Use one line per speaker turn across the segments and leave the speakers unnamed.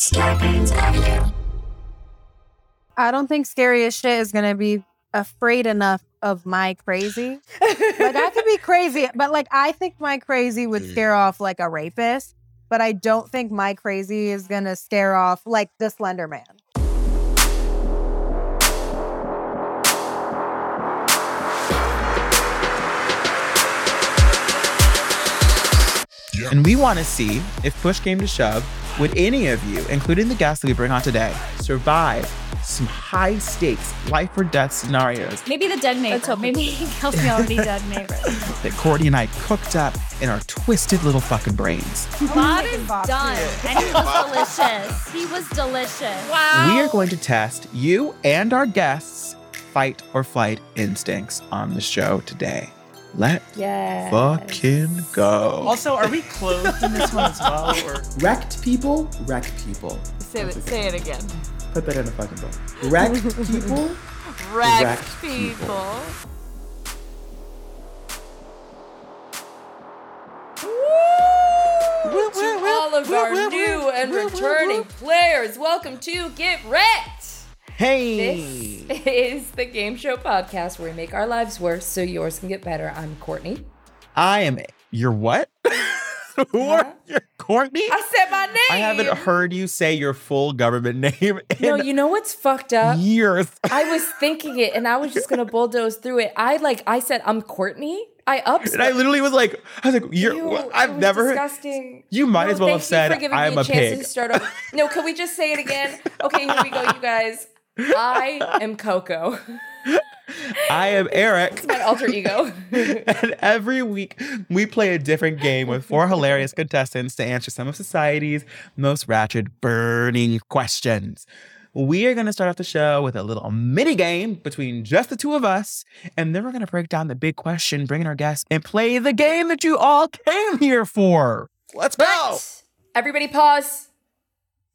Scarpins Avenue.
I don't think scary as shit is gonna be afraid enough of my crazy. like I could be crazy, but like I think my crazy would
Mm.
Mhm.
scare off like a rapist. But I don't think my crazy is gonna scare off like the Slender Man.
And we want to see if push came to shove, would any of you, including the guests that we bring on today, survive some high stakes, life or death scenarios
Maybe the dead neighbor. Maybe he kills the already dead neighbor.
Oh
that Cordy and I cooked up in our twisted little fucking brains?
Bob is done. And he was delicious. He was delicious.
We are going to test you and our guests' fight or flight instincts on the show today. Let
Yeah.
fucking go.
Also, are we clothed in this one as well? Or
Wrecked people, wreck people.
Say it, say it again.
Put that in a fucking book.
Wrecked people.
Wrecked,
Wrecked people.
people. To all of our new and returning players, welcome to Get Wrecked.
Hey,
This is the game show podcast where we make our lives worse so yours can get better. I'm Courtney.
I am. You're what? Who are you, Courtney?
I said my name.
I haven't heard you say your full government name in
No, you know what's fucked up?
years.
I was thinking it, and I was just gonna bulldoze through it. I like I said, I'm Courtney. I ups.
And I literally was like, I was like, you're.
Ew,
what? I've
ew,
never.
disgusting.
You might as well have
thank
said,
you for giving
"I'm
me a,
a
chance
pig."
To start over. No, can we just say it again? Okay, here we go, you guys. I am Coco,
I am Eric.
my alter ego.
and every week we play a different game with four hilarious contestants to answer some of society's most ratchet, burning questions. We are going to start off the show with a little mini game between just the two of us, and then we're going to break down the big question, bring in our guests, and play the game that you all came here for. Let's go!
Everybody, pause.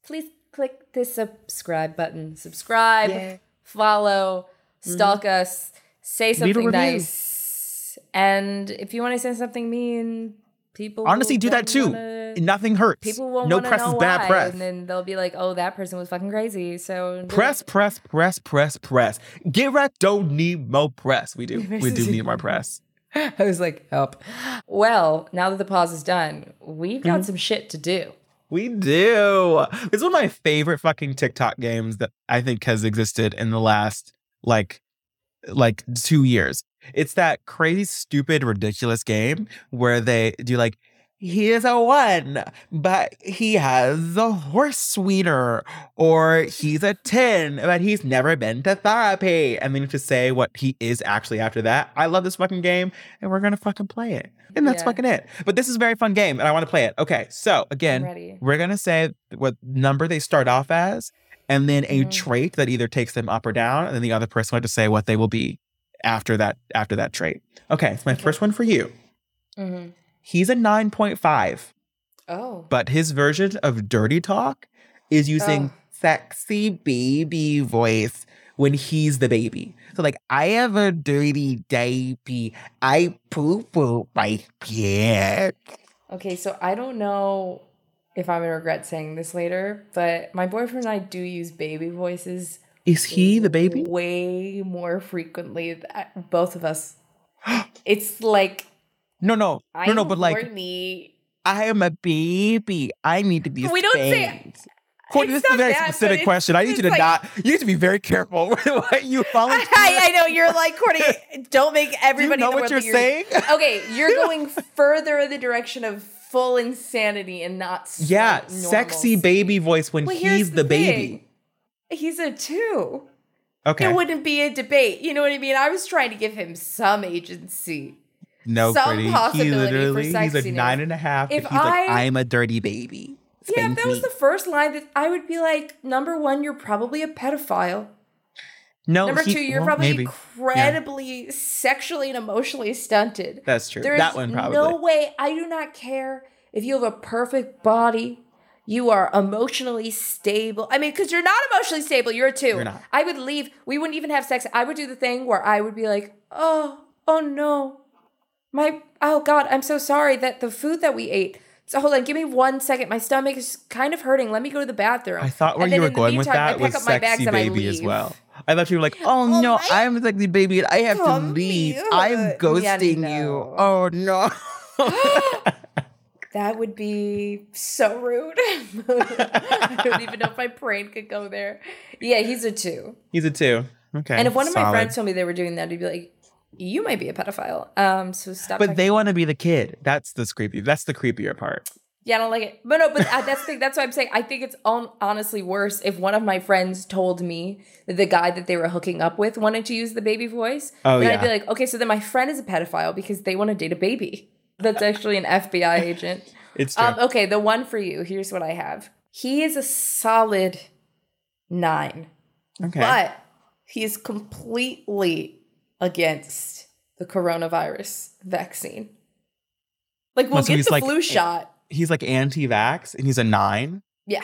Please click the subscribe button. Subscribe, follow, stalk us, say
Mm-hmm. a
something
review.
nice, and if you want to say something mean, people
Honestly, do that
don't
too.
wanna-
Nothing hurts.
People won't
no
wanna
press
know
is bad
why,
press.
and then they'll be like, "Oh, that person was fucking crazy." So
Press, press, press, press, press. Get right, don't need more press. We do. We do need more press.
I was like, "Help!" Well, now that the pause is done, we've got
Mm-hmm.
some shit to do.
We do. It's one of my favorite fucking TikTok games that I think has existed in the last like like two years. It's that crazy, stupid, ridiculous game where they do like he is a one, but he has a horse sweeter, or he's a 10, but he's never been to therapy. And then you have to say what he is actually after that. I love this fucking game, and we're gonna fucking play it. And that's
Yeah.
fucking it. But this is a very fun game, and I wanna play it. Okay, so again,
I'm ready.
we're gonna say what number they start off as, and then a
Mhm.
trait that either takes them up or down, and then the other person will have to say what they will be after that after that trait. Okay, it's my first one for you.
hmm
He's a nine point five,
Oh,
but his version of dirty talk is using
Oh.
sexy baby voice when he's the baby. So like, I have a dirty baby. I poo poo my pants.
okay. So I don't know if I'm gonna regret saying this later, but my boyfriend and I do use baby voices
Is he the baby?
way more frequently. That both of us. It's like
No, no,
I'm
no, no. But like,
Courtney.
I am a baby. I need to be.
We don't say-
spanked. Courtney,
It's
this is a
not
very
that, but
specific
it's-
question. I need
it's
you to
like-
not. You need to be very careful with what you volunteer.
I, I know you're like Courtney. Don't make
Do you
everybody
know
in the
what
world
you're
think
saying?
Okay, you're going further in the direction of full insanity and not s-
Yeah,
like normal
sexy
s-
baby voice when
Well, here's
he's the, baby.
thing. He's a two.
Okay.
It wouldn't be a debate. You know what I mean? I was trying to give him some agency.
no,
some
pretty. He
possibility for
literally he's a
sexiness.
nine and a half.
If
but he's like,
I-
I'm a dirty baby.
Yeah, if
Spank
that was
me.
the first line, that I would be like, number one, you're probably a pedophile.
no,
number
he-
two, you're
well,
probably
maybe.
incredibly sexually and emotionally stunted.
That's true.
There's
that one probably.
no way. I do not care if you have a perfect body. You are emotionally stable. I mean, because you're not emotionally stable. You're a 2
You're not.
I would leave. We wouldn't even have sex. I would do the thing where I would be like, oh, oh no. My, oh God, I'm so sorry that the food that we ate. So hold on, give me one second. My stomach is kind of hurting. Let me go to the bathroom.
I thought where
And then
you were
in the
going with
meantime, I
that
pick
was
up my bags
sexy
and I
baby as
leave.
well. I thought you were like, oh, no, I'm a sexy baby and I have to
Come
leave.
here.
I'm
Oh, Yeah,
ghosting you.
no.
Oh no.
That would be so rude. I don't even know if my brain could go there. Yeah, he's a two.
He's a two. Okay.
And if one of my
solid.
friends told me they were doing that, he'd be like, "You might be a pedophile." Um, so stop.
But
talking-
they want to be the kid. That's the creepy. That's the creepier part.
yeah, I don't like it. But no, but uh, that's the thing. That's what I'm saying. I think it's on, honestly worse if one of my friends told me that the guy that they were hooking up with wanted to use the baby voice.
Oh,
then
yeah.
I'd be like, okay, so then my friend is a pedophile because they want to date a baby. That's actually an FBI agent.
It's true.
Um, okay, the one for you. Here's what I have. He is a solid nine,
okay.
but he is completely against the coronavirus vaccine. Like, we'll
Well, Oh, so
get
he's
the
like-
flu shot.
he's like anti-vax and he's a nine.
Yeah.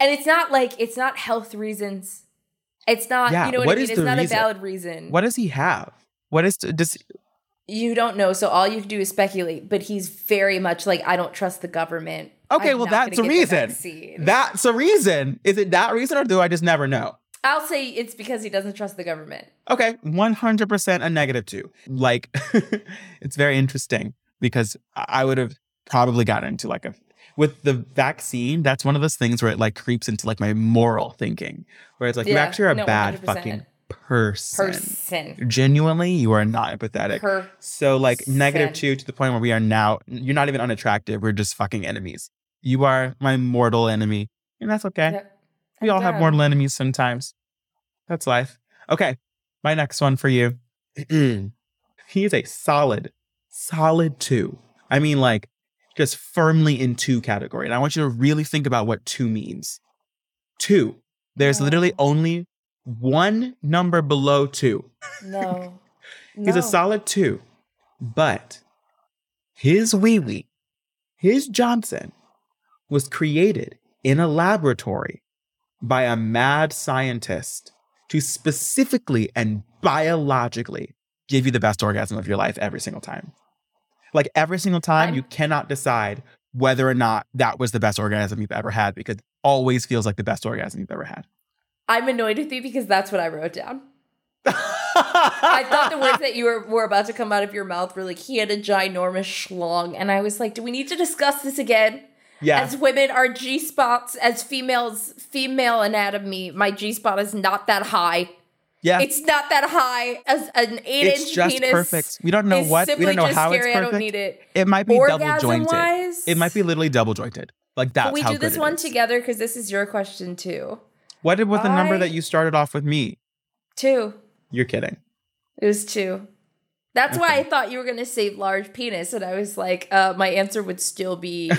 And it's not like, it's not health reasons. It's not,
Yeah,
you know what,
what
I mean?
is
It's
the
not
reason?
a valid reason.
What does he have? What is does
You don't know. So all you can do is speculate. But he's very much like, I don't trust the government.
Okay,
I'm
well
not
that's a
gonna get the
reason.
vaccine.
That's a reason. Is it that reason or do I just never know?
I'll say it's because he doesn't trust the government.
Okay, 100% a negative two. Like, it's very interesting because I I would have probably gotten into like a, with the vaccine, that's one of those things where it like creeps into like my moral thinking, where it's like, you're
Yeah,
actually a
no,
bad
100%.
fucking person.
Person.
Genuinely, you are not empathetic.
Her.
so, like, negative
Person.
two to the point where we are now, you're not even unattractive. We're just fucking enemies. You are my mortal enemy, and that's okay. Eh, We all have mortal enemies sometimes. That's life. Okay, my next one for you. he is a solid, solid two. I mean, like, just firmly in two category. And I want you to really think about what two means. Two. There's
Oh.
literally only one number below two.
No.
He's
No.
a solid two, but his wee wee, his Johnson, was created in a laboratory by a mad scientist to specifically and biologically give you the best orgasm of your life every single time. Like every single time,
I'm-
you cannot decide whether or not that was the best orgasm you've ever had because it always feels like the best orgasm you've ever had.
I'm annoyed with you because that's what I wrote down. I thought the words that you were, were about to come out of your mouth were like, he had a ginormous schlong. And I was like, do we need to discuss this again?
yeah.
As women, our G spots, as females, female anatomy, my G spot is not that high.
yeah.
It's not that high as an eight
It's
inch
just
penis.
perfect. We don't know
is
what- we
simply
don't know
just
how it's
scary. I
perfect.
don't need it.
It might be double jointed.
Orgasm-wise?
It might be literally double jointed. Like that's
Can we
how
do
good
this
it
one
is.
together? Because this is your question too.
What did- was the number
I-
that you started off with me?
Two.
You're kidding.
It was two. That's why I thought you were gonna say large penis, and I was like, uh, my answer would still be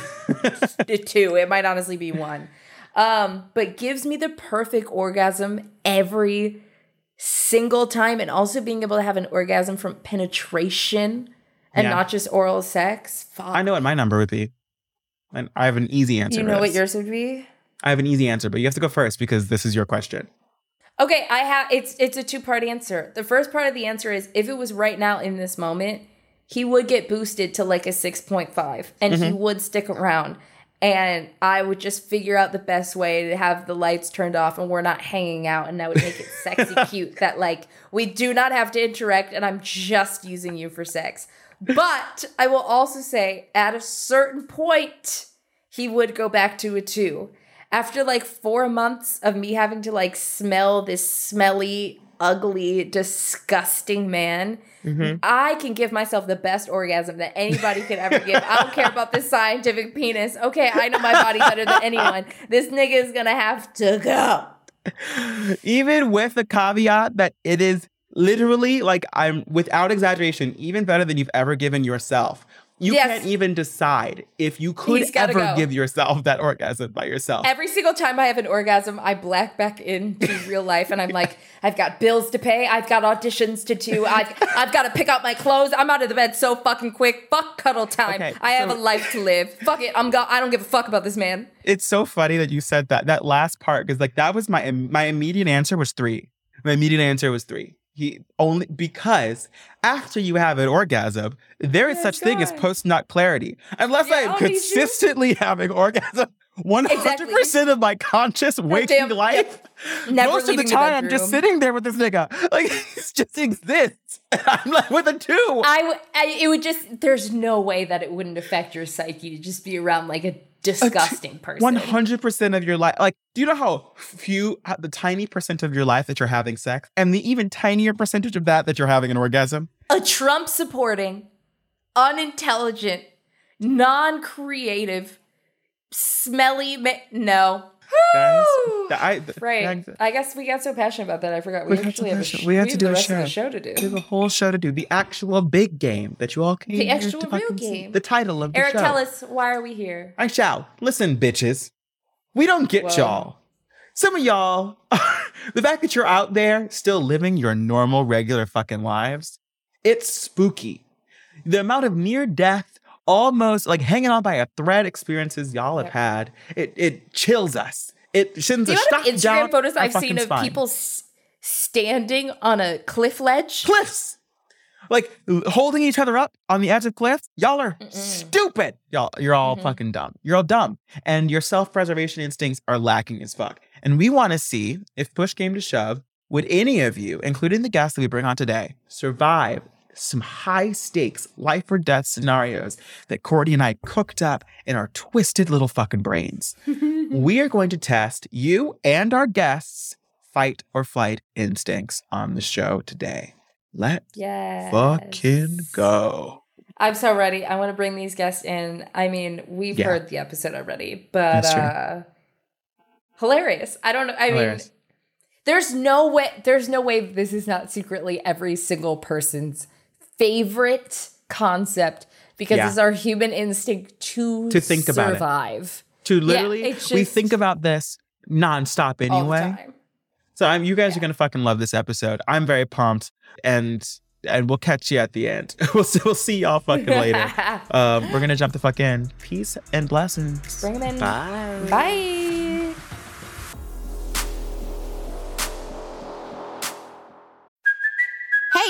t- two. It might honestly be one. Um, but gives me the perfect orgasm every single time, and also being able to have an orgasm from penetration and
Yeah.
not just oral sex. Fuck.
I know what my number would be. And I have an easy answer.
You
to
know what
this.
yours would be?
I have an easy answer, but you have to go first because this is your question.
Okay, I have it's it's a two part answer. The first part of the answer is if it was right now in this moment, he would get boosted to like a 6.5 and he would stick around and I would just figure out the best way to have the lights turned off and we're not hanging out and I would make it sexy cute that like we do not have to interact and I'm just using you for sex. But I will also say at a certain point he would go back to a 2 after like four months of me having to like smell this smelly, ugly, disgusting man, I can give myself the best orgasm that anybody could ever give. I don't care about this scientific penis. Okay, I know my body better than anyone. This nigga is gonna have to go.
Even with the caveat that it is literally like I'm without exaggeration, even better than you've ever given yourself. You
Yes.
can't even decide if you could
He's gotta
ever
go.
give yourself that orgasm by yourself.
Every single time I have an orgasm, I black back into real life and I'm like, I've got bills to pay, I've got auditions to do, I've, I've got to pick out my clothes, I'm out of the bed so fucking quick. Fuck cuddle time.
Okay,
I have
so-
a life to live. Fuck it. I'm go- I don't give a fuck about this man.
it's so funny that you said that that last part because like that was my my immediate answer was three my immediate answer was three he only because after you have an orgasm there is such thing as
Oh God.
post nut clarity unless i
Yeah,
am
oh, did you?
consistently having orgasm 100% of my conscious waking
Goddamn,
life
Never
most of the
leaving
time i'm just
bedroom.
sitting there with this nigga like he just exists i'm like with a two
I, w- I- it would just there's no way that it wouldn't affect your psyche to just be around like a disgusting person.
One hundred percent of your life. Like, do you know how few, how the tiny percent of your life that you're having sex, and the even tinier percentage of that that you're having an orgasm?
a Trump supporting, unintelligent, non creative, smelly. Ma- no.
Guys, th- I, th-
Right.
guys,
I guess we got so passionate about that. I forgot we,
got so
actually have a
passionate.
sh-
We had to
have
do
the
a
rest of the
show.
show to do.
there's a whole show to do. The actual big game that you all came.
The
here
actual
to
real
fucking see.
game.
The title of the
Eric,
show.
tell us why are we here?
I shall. Listen, bitches. We don't get
Whoa.
y'all. Some of y'all, the fact that you're out there still living your normal, regular fucking lives, it's spooky. The amount of near death, almost like hanging on by a thread experiences y'all have had, it, it chills us. It sends
The
a shock
amount of
down
Instagram photos
our
I've
fucking
seen of
spine.
people s- standing on a cliff ledge.
cliffs, like holding each other up on the edge of cliffs. Y'all are stupid. Y'all, you're all fucking dumb. You're all dumb, and your self-preservation instincts are lacking as fuck. And we want to see if push came to shove, would any of you, including the guests that we bring on today, survive some high stakes life or death scenarios that Cordy and I cooked up in our twisted little fucking brains? we are going to test you and our guests. Fight or flight instincts on the show today. Let
Yeah.
fucking go.
I'm so ready. I want to bring these guests in. I mean, we've
Yeah.
heard the episode already, but
That's true.
uh hilarious. I don't know. I
Hilarious.
mean, there's no way there's no way this is not secretly every single person's favorite concept because
Yeah.
it's our human instinct to
To think about it.
survive
To literally,
it's
we
just-
think about this nonstop
all the
anyway.
time.
So I'm, you guys are gonna fucking love this episode. I'm very pumped, and and we'll catch you at the end. we'll see- we'll see y'all fucking later. um, we're gonna jump the fuck in. Peace and blessings.
Bring 'em in.
Bye.
Bye.
Hey,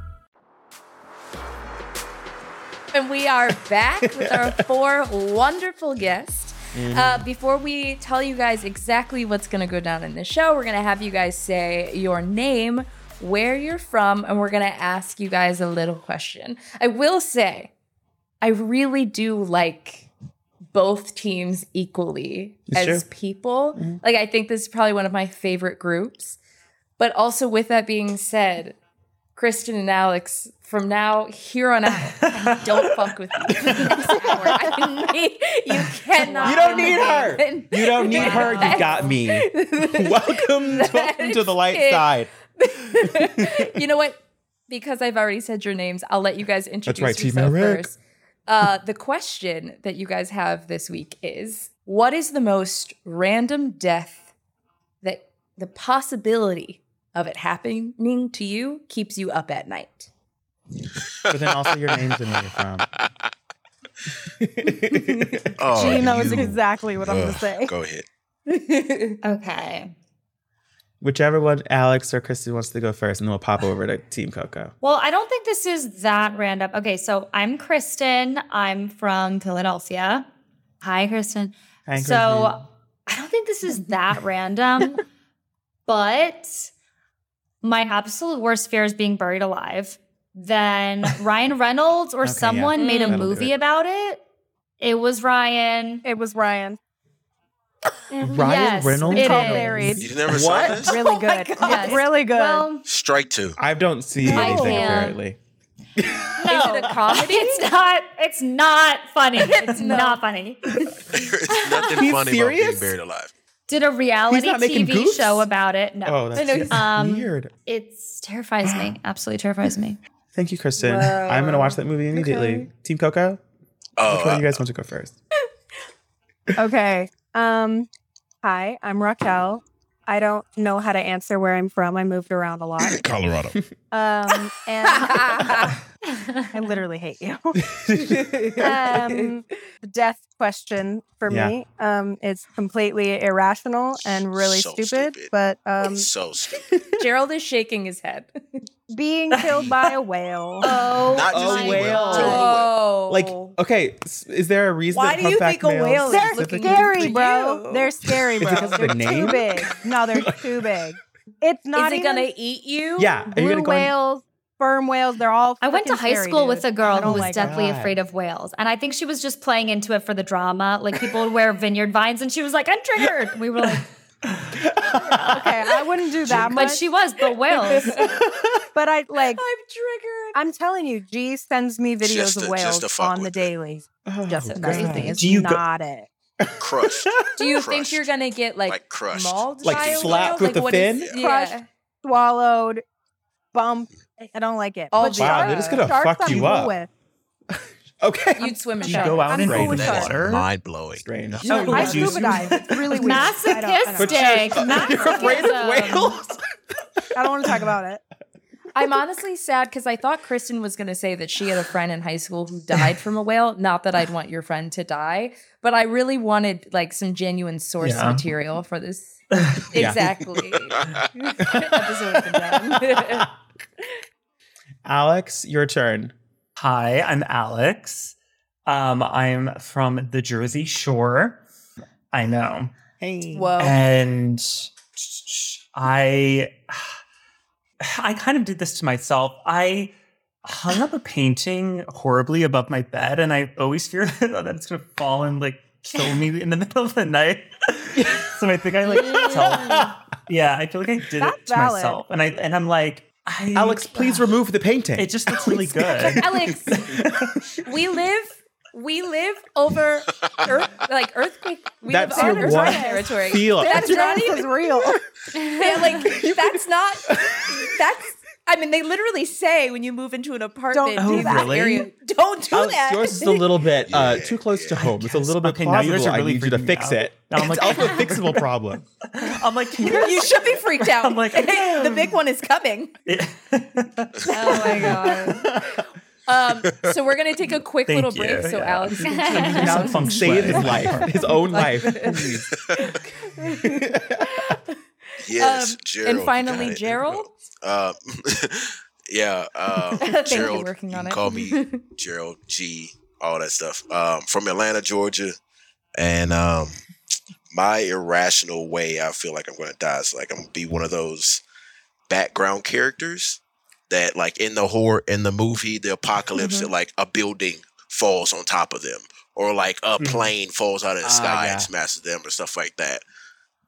And we are back with our four wonderful guests. Uh, before we tell you guys exactly what's going to go down in this show, we're going to have you guys say your name, where you're from, and we're going to ask you guys a little question. I will say, I really do like both teams equally
It's
as
true.
people. Like, I think this is probably one of my favorite groups. But also, with that being said, Kristen and Alex, from now here on out, I don't fuck with you. for the next hour. I need- you cannot.
You don't
win
need
the
her.
game.
You don't need her. You got me. welcome, welcome to the light
That's it.
side.
You know what? Because I've already said your names, I'll let you guys introduce
right, Team
yourself
Eric.
first. Uh, the question that you guys have this week is: What is the most random death that the possibility of it happening to you keeps you up at night?
But then also your names and where you're from.
Oh,
She knows
you-
exactly what I'm going to
Ugh,
say.
Go ahead.
Okay.
Whichever one Alex or Kristen wants to go first, and then we'll pop over to Team Coco.
Well, I don't think this is that random. Okay, so I'm Kristen. I'm from Philadelphia. Hi, Kristen.
Hi,
So I don't think this is that random, but my absolute worst fear is being buried alive. Then Ryan Reynolds or
Okay, yeah. Mm.
someone made a
That'll do
movie
it.
about it. It was Ryan.
It was Ryan.
Ryan
Yes,
Reynolds. Oh.
it
Called
is.
Married.
You never saw
What?
this?
Really good.
Yes.
Really good.
Well,
Strike two.
I don't see
I
anything
can't.
apparently.
no.
Is it a comedy?
It's not. It's not funny. It's not funny.
There's nothing funny
He's
about
serious?
being buried alive.
Did a reality
He's not making
TV
goofs?
show about it. No.
Oh,
know
that's
he's-
Um,
weird.
It's terrifies me. Absolutely terrifies me.
Thank you, Kristen. I'm gonna watch that movie immediately. Team Coco. Which
Oh,
one do
I-
you guys want to go first?
Okay. Um, hi, I'm Raquel. I don't know how to answer where I'm from. I moved around a lot.
Colorado.
Um, and I literally hate you. Um, the death question for me um, is completely irrational and really
So
stupid,
stupid.
But um,
so stupid.
Gerald is shaking his head.
being killed by a whale.
Oh,
Not
just
my
a whale.
God.
Totally
Oh,
like, okay, s- is there a reason?
Why
that
do you
humpback
think a
males
whale is
They're
specifically-
scary,
for
bro.
you.
They're scary,
Is it
bro.
because of the
They're too
name?
big. No, they're too big. It's not
is it
even
gonna eat you?
Yeah, are you
blue
gonna go? in-
whales, sperm whales. They're all.
I went to
freaking
high
scary,
school
dude.
with a
I
girl who
don't
was
like them.
deathly
God.
afraid of whales. And I think she was just playing into it for the drama. Like people would wear vineyard vines and she was like, I'm triggered. We were like,
Okay, I wouldn't do that
but
much.
she was, but whales.
but I like.
I'm triggered.
I'm telling you, G sends me videos
Just to-
of
just to
wales
fuck
on the
with it.
daily.
Oh,
Just
God.
that's the thing. It's
Do you go-
not it.
Crushed.
Do you think
Crushed.
you're gonna get like,
Like crushed.
mauled
Like
by a
slapped
whale?
with the
what is-
fin?
Yeah.
Swallowed, bumped. I don't like it.
Oh,
But
wow,
sharks-
they're just
gonna
sharks
fuck
I'm
you
cool
up.
with.
Okay.
You'd swim in
You
shark.
go out
I'm
and
cool
raid
with
in
sharks.
water.
Mind blowing.
Strange.
No,
Oh,
I
you-
scuba dive. It's really weird. I don't- I don't-
Masochistic.
You're afraid of
Masochism.
whales?
I don't want to talk about it.
I'm honestly sad because I thought Kristen was going to say that she had a friend in high school who died from a whale. Not that I'd want your friend to die, but I really wanted like some genuine source
Yeah.
material for this.
Yeah.
Exactly. Episode of the dam.
Alex, your turn.
Hi, I'm Alex. Um, I'm from the Jersey Shore. I know.
Hey.
Whoa.
And I I kind of did this to myself. I hung up a painting horribly above my bed, and I always fear that it's gonna fall and like kill me in the middle of the night. so I think I like self, yeah, I feel like I did
That's
it to
valid.
myself. And I and I'm like, I
Alex, please remove the painting.
it just looks really good.
Alex, we live. We live over earth, like earthquake. We
That's
live on
your
earthquake
one
territory.
feel.
That's not
This
even
is real.
Yeah, like that's not that's I mean they literally say when you move into an apartment
Don't do
in
that.
this
Really? Oh,
area, don't do
Alex,
that.
yours is a little bit uh,
Yeah,
too close to
yeah,
home. It's a little bit
Okay, now yours
plausible.
are really
I need you to
freaking me
fix
out.
it.
Now I'm
it's
like-
also a fixable problem.
I'm like, can you
you should be freaked out.
I'm like,
the big one is coming.
oh my God.
Um, so we're gonna take a quick
Thank
little break
you,
so
yeah.
Alex can
do some feng
Save
shui.
his life, his own life. Please. Um,
Yes, Gerald.
and
you got
finally
it.
Gerald.
Um, yeah, um,
Thank you,
Gerald.
working
you
on
can
it.
Call me Gerald G. All that stuff. Um, from Atlanta, Georgia, and um, my irrational way, I feel like I'm going to die. It's like I'm going to be one of those background characters that, like in the horror in the movie, the apocalypse,
Mm-hmm.
that like a building falls on top of them, or like a
Mhm.
plane falls out of the
Mm-hmm. Ah,
sky
yeah.
and smashes them, or stuff like that.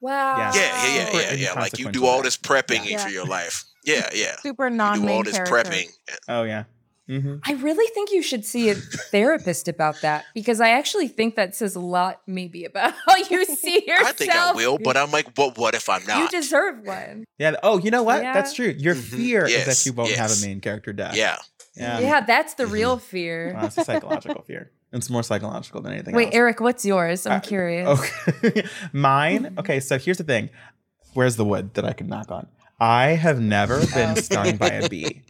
Wow.
Yeah, yeah,
Super
yeah, yeah, yeah. Like you do
inconsequential.
all this prepping
Yeah.
for your life. Yeah, yeah.
Super
You do all
non-main
this
character.
prepping.
Oh yeah. hmm
I really think you should see a therapist about that because I actually think that says a lot, maybe about how you see yourself.
I think I will, but I'm like, but what if I'm
you
not?
deserve one.
Yeah. Oh, you know what?
Yeah.
That's true. Your
Mm-hmm.
Mhm.
fear is that
Yes,
you won't have
yes.
a main character death.
yeah.
Yeah.
yeah, that's the
Mhm.
real fear.
Well, it's a psychological fear. It's more psychological than anything
Wait,
else.
Eric, what's yours? I'm
Uh,
curious.
Okay.
Mm-hmm.
Mine? Okay, so here's the thing. Where's the wood that I can knock on? I have never been stung by a bee.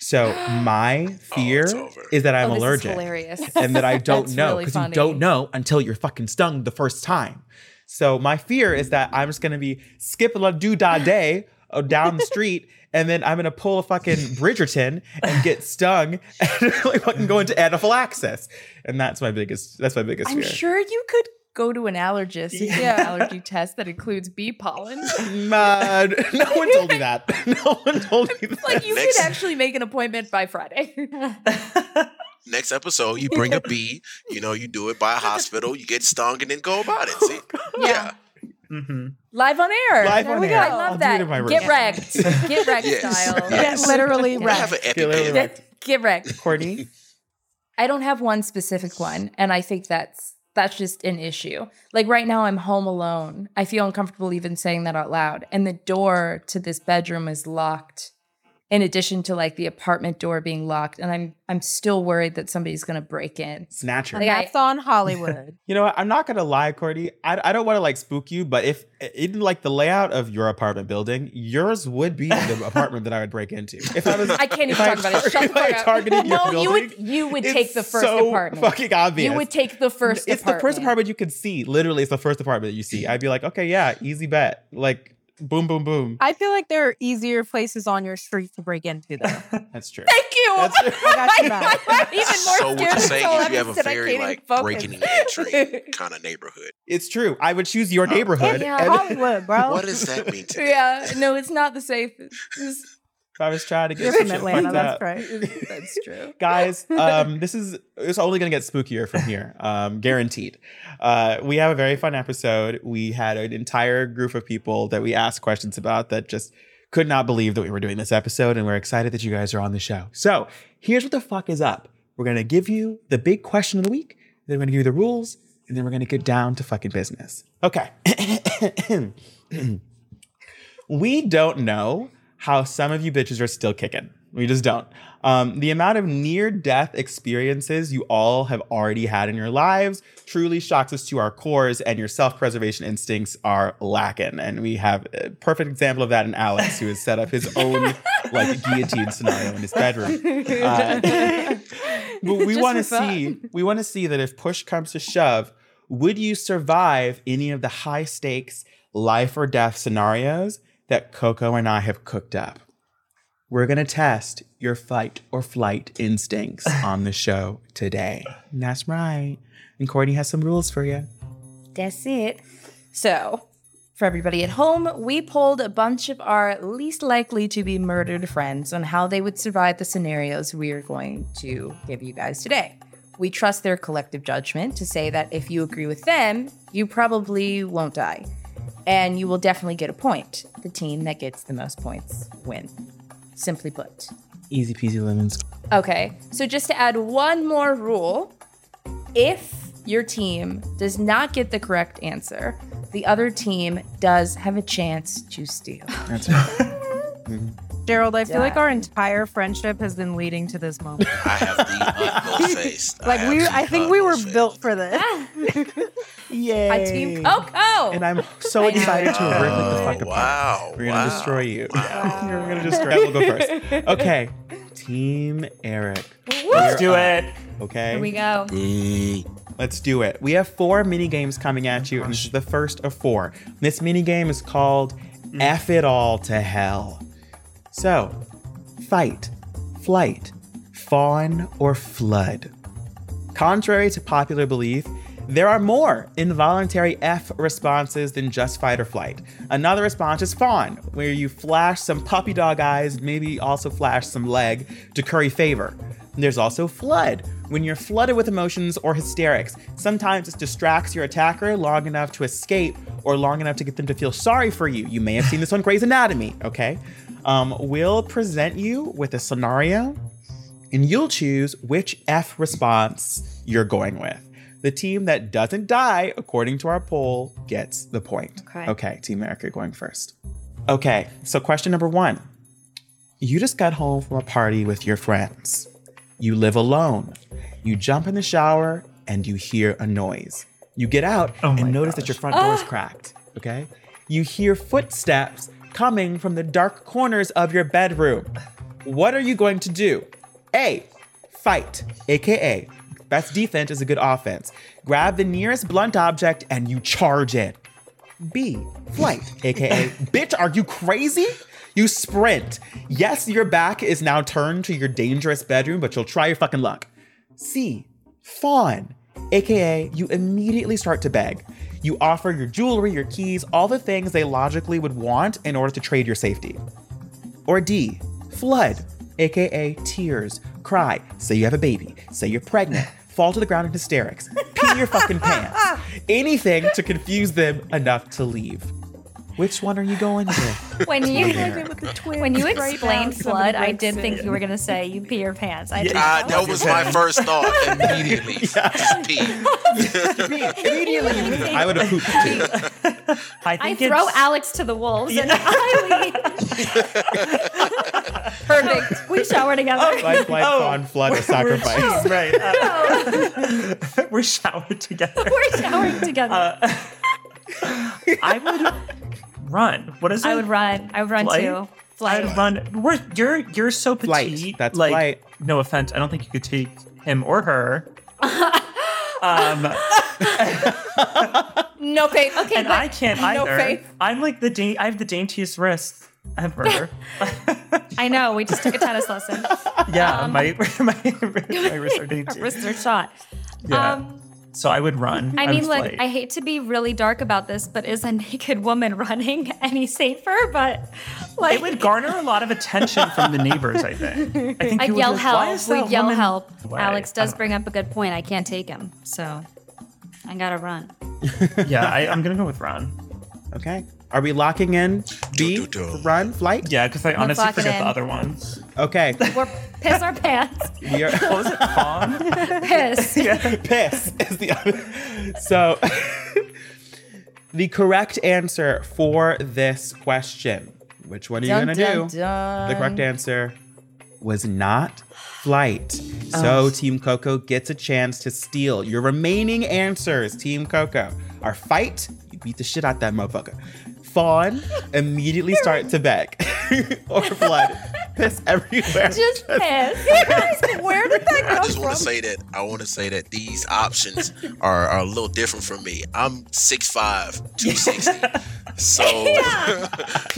So my fear
over.
is that I'm
oh, This is
allergic
hilarious.
and that I don't
That's
know
really
because
funny.
you don't know until you're fucking stung the first time. So my fear is that I'm just gonna be skip a doo da day uh, down the street, and then I'm gonna pull a fucking Bridgerton and get stung and really fucking go into anaphylaxis. And that's my biggest. That's my biggest
I'm
fear.
sure you could go to an allergist and get
Yeah.
an allergy test that includes bee pollen.
Uh, no one told me that. No one told me that.
like you
Next-
could actually make an appointment by Friday.
next episode, you bring a bee, you know, you do it by a hospital, you get stung, and then go about it. See?
Yeah.
Mm-hmm.
Live on air.
Live
There
on
we go.
air.
I
I'll do
love
it
that.
in my room.
Get wrecked. Get wrecked
Yes.
style.
Yes. Get literally
wrecked.
Have an EpiPen.
Get wrecked.
Courtney?
I don't have one specific one, and I think that's that's just an issue. Like right now, I'm home alone. I feel uncomfortable even saying that out loud, and the door to this bedroom is locked. In addition to like the apartment door being locked, and I'm I'm still worried that somebody's gonna break in.
Snatcher.
Like, I-
That's on Hollywood.
You know what? I'm not gonna lie, Cordy. I, I don't want to like spook you, but if in like the layout of your apartment building, yours would be the apartment that I would break into. If I was,
I can't even
if I
talk about it. Shut
tar-
the
if I
fuck up.
targeted your
no, you would
building,
you would
it's
take the first
so
apartment.
fucking obvious.
You would take the first
it's
apartment.
the first apartment you could see. Literally, it's the first apartment you see. I'd be like, okay, yeah, easy bet. Like, boom, boom, boom.
I feel like there are easier places on your street to break into, though.
That's true.
Thank you.
I got you back.
I'm even more
So what
scared
you're
of
saying
someone
is you have a
that I
very
can't even
like
focus.
breaking and entering kind of neighborhood.
It's true. I would choose your neighborhood.
Yeah.
and
Hollywood, bro.
What does that mean? To
Yeah, no, it's not the safest. It's-
if I was trying to get
You're
some
from
shit
Atlanta.
fucked
That's
up.
right.
That's true.
guys um this is it's only gonna get spookier from here um guaranteed uh we have a very fun episode we had an entire group of people that we asked questions about that just could not believe that we were doing this episode and we're excited that you guys are on the show so here's what the fuck is up we're gonna give you the big question of the week then we're gonna give you the rules and then we're gonna get down to fucking business okay we don't know how some of you bitches are still kicking. We just don't. Um, the amount of near death experiences you all have already had in your lives truly shocks us to our cores, and your self preservation instincts are lacking. And we have a perfect example of that in Alex, who has set up his own like guillotine scenario in his bedroom. Uh, but we
Just
want to
for fun.
see we want to see that if push comes to shove would you survive any of the high stakes life or death scenarios that coco and i have cooked up we're going to test your fight or flight instincts on the show today And that's right and courtney has some rules for you
That's it. So, for everybody at home, we polled a bunch of our least likely to be murdered friends on how they would survive the scenarios we are going to give you guys today. We trust their collective judgment to say that if you agree with them, you probably won't die. And you will definitely get a point. The team that gets the most points win. Simply put.
easy peasy lemons
Okay, so just to add one more rule if your team does not get the correct answer, the other team does have a chance to steal.
that's right
Gerald, I feel like
Yeah.
our entire friendship has been leading to this moment.
I have the utmost face. I
Like
have
we,
the
I think we were
utmost faith.
built for this.
yay
A team Coco!
and i'm so
I know.
excited to rip it the
Oh,
fuck apart
wow.
We're gonna
wow.
destroy you. We're gonna destroy. That will go first. Okay, Team Eric.
Let's do it.
Okay,
Here we go.
let's do it. We have four mini games coming at you, and this is the first of four. This mini game is called
Mm.
"F It All to Hell." So, fight, flight, fawn, or flood. Contrary to popular belief, there are more involuntary F responses than just fight or flight. Another response is fawn, where you flash some puppy dog eyes, maybe also flash some leg to curry favor. There's also flood, when you're flooded with emotions or hysterics. Sometimes this distracts your attacker long enough to escape or long enough to get them to feel sorry for you. You may have seen this on Grey's Anatomy, okay? Um, we'll present you with a scenario and you'll choose which F response you're going with. The team that doesn't die, according to our poll, gets the point.
Okay.
Okay, Team Erica going first. Okay, so question number one You just got home from a party with your friends. You live alone. You jump in the shower and you hear a noise. You get out
Oh my
and notice that
gosh.
your front door is cracked, okay? You hear footsteps coming from the dark corners of your bedroom. What are you going to do? A, fight, aka best defense is a good offense. Grab the nearest blunt object and you charge in. B, flight, aka bitch, are you crazy? You sprint. Yes, your back is now turned to your dangerous bedroom, but you'll try your fucking luck. C, fawn, aka you immediately start to beg. You offer your jewelry, your keys, all the things they logically would want in order to trade your safety. Or D, flood, aka tears, cry, say you have a baby, say you're pregnant, fall to the ground in hysterics, pee your fucking pants, anything to confuse them enough to leave. Which one are you going with?
When you
Millionaire.
when you
twins right now,
explained
somebody
flood, I
breaks
did
in.
think you were gonna say you pee your pants. I did.
Ah, that was my first thought immediately. Just pee.
immediately.
I would have pooped too.
I
I
think it's
throw Alex to the wolves and I leave. Perfect. We shower together.
Life, life, fawn, flood, or sacrifice.
Jeez, Oh. right. uh, we're showered together.
We're showering together.
I would run. What is it?
I would run. I would run
Flight?
too.
I'd
Flight.
run. We're, you're you're so petite.
That's
like,
flight.
No offense. I don't think you could take him or her. um,
No faith.
Okay,
and
but
I can't
no
either.
faith.
I'm like the da- I have the daintiest wrists ever.
I know. We just took a tennis lesson.
yeah, my my, my wrists are dainty.
Our Um, wrists are shot.
yeah.
Um,
so I would run.
I
would
mean, look,
flight.
I hate to be really dark about this, but is a naked woman running any safer? But like,
it would garner a lot of attention from the neighbors. I think. I think
I'd
you would
yell
be like, "Why is
help.
that
We'd yell
woman-"
help.
Why?
Alex
I
does bring up a good point. I can't take him, so I gotta run.
don't- Yeah, I, I'm gonna go with Ron.
Okay. Are we locking in B,
Do, do, do.
run, flight?
Yeah, because I honestly
lock it
forget
in.
the other ones.
Okay.
We're piss our pants.
We are.
What was it? Fawn?
Piss.
piss is the other. So, the correct answer for this question, which one are you
Dun,
gonna
dun,
do?
dun.
The correct answer was not flight.
Oh.
So Team Coco gets a chance to steal your remaining answers. Team Coco, our fight, you beat the shit out that motherfucker. Fawn immediately starts to back or blood, piss everywhere.
Just piss.
Where did that
I just want to say that I want to say that these options are, are a little different from me. I'm 6'5", 260. So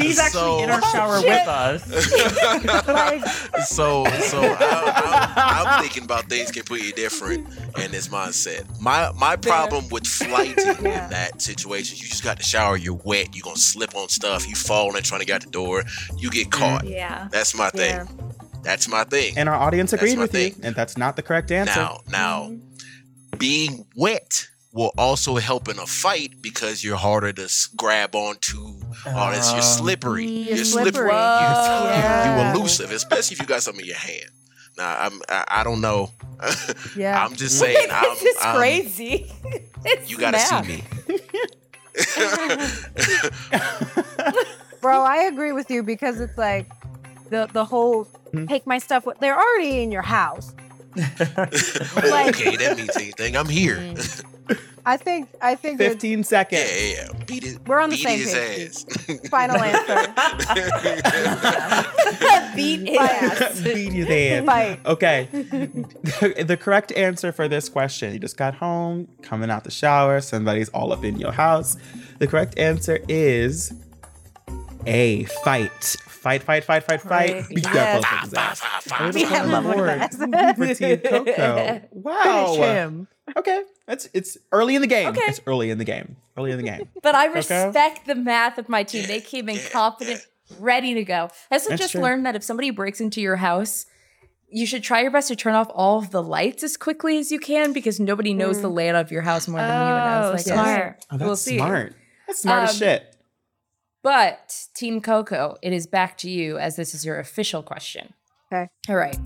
He's actually
So-
in our shower with us.
so so I, I'm, I'm thinking about things completely different in this mindset. My my problem with flighting in that situation, you just got to shower. You're wet. You're gonna slip on stuff. You fall and trying to get out the door. You get caught.
Mm, Yeah.
That's my thing.
Yeah.
That's my thing.
And our audience
That's
agreed
my
with you,
thing.
and that's not the correct answer.
Now, now, being wet will also help in a fight because you're harder to s- grab onto. Oh, that's you're slippery. You're, slippery.
slippery.
You,
Yeah.
you, you elusive, especially if you got something in your hand. Now, I'm, I, I don't know.
Yeah.
I'm just saying. I'm,
This is
I'm-
crazy. It's
um, You gotta
math.
see me.
Bro, I agree with you because it's like the the whole
Hmm?
take my stuff. with- They're already in your house.
Oh,
Like- Mm.
okay, that means anything. I'm here.
I think I think the
15
yeah,
seconds.
yeah, yeah. Beat it.
We're on the
beat
same
his
page.
ass.
final answer.
Beat his ass.
Beat his ass.
Like-
Okay. The, the correct answer for this question you just got home, coming out the shower, somebody's all up in your house. The correct answer is A, fight. Fight, fight, fight, fight, fight. Beat that
Ah,
motherfucker's ass. There's a
love
point
when
of award for Team Coco. Wow.
Finish him.
Okay. That's it's early in the game.
Okay.
It's early in the game. Early in the game.
But I respect the math of my team. They came in confident, ready to go. I also
That's
just
true.
learned that if somebody breaks into your house, you should try your best to turn off all of the lights as quickly as you can because nobody knows the layout of your house more than you. And I was
Oh,
like,
smart.
"Oh,
Oh, that's
we'll see.
smart. That's smart as
Um,
shit.
But Team Coco, it is back to you as this is your official question.
Okay.
All right.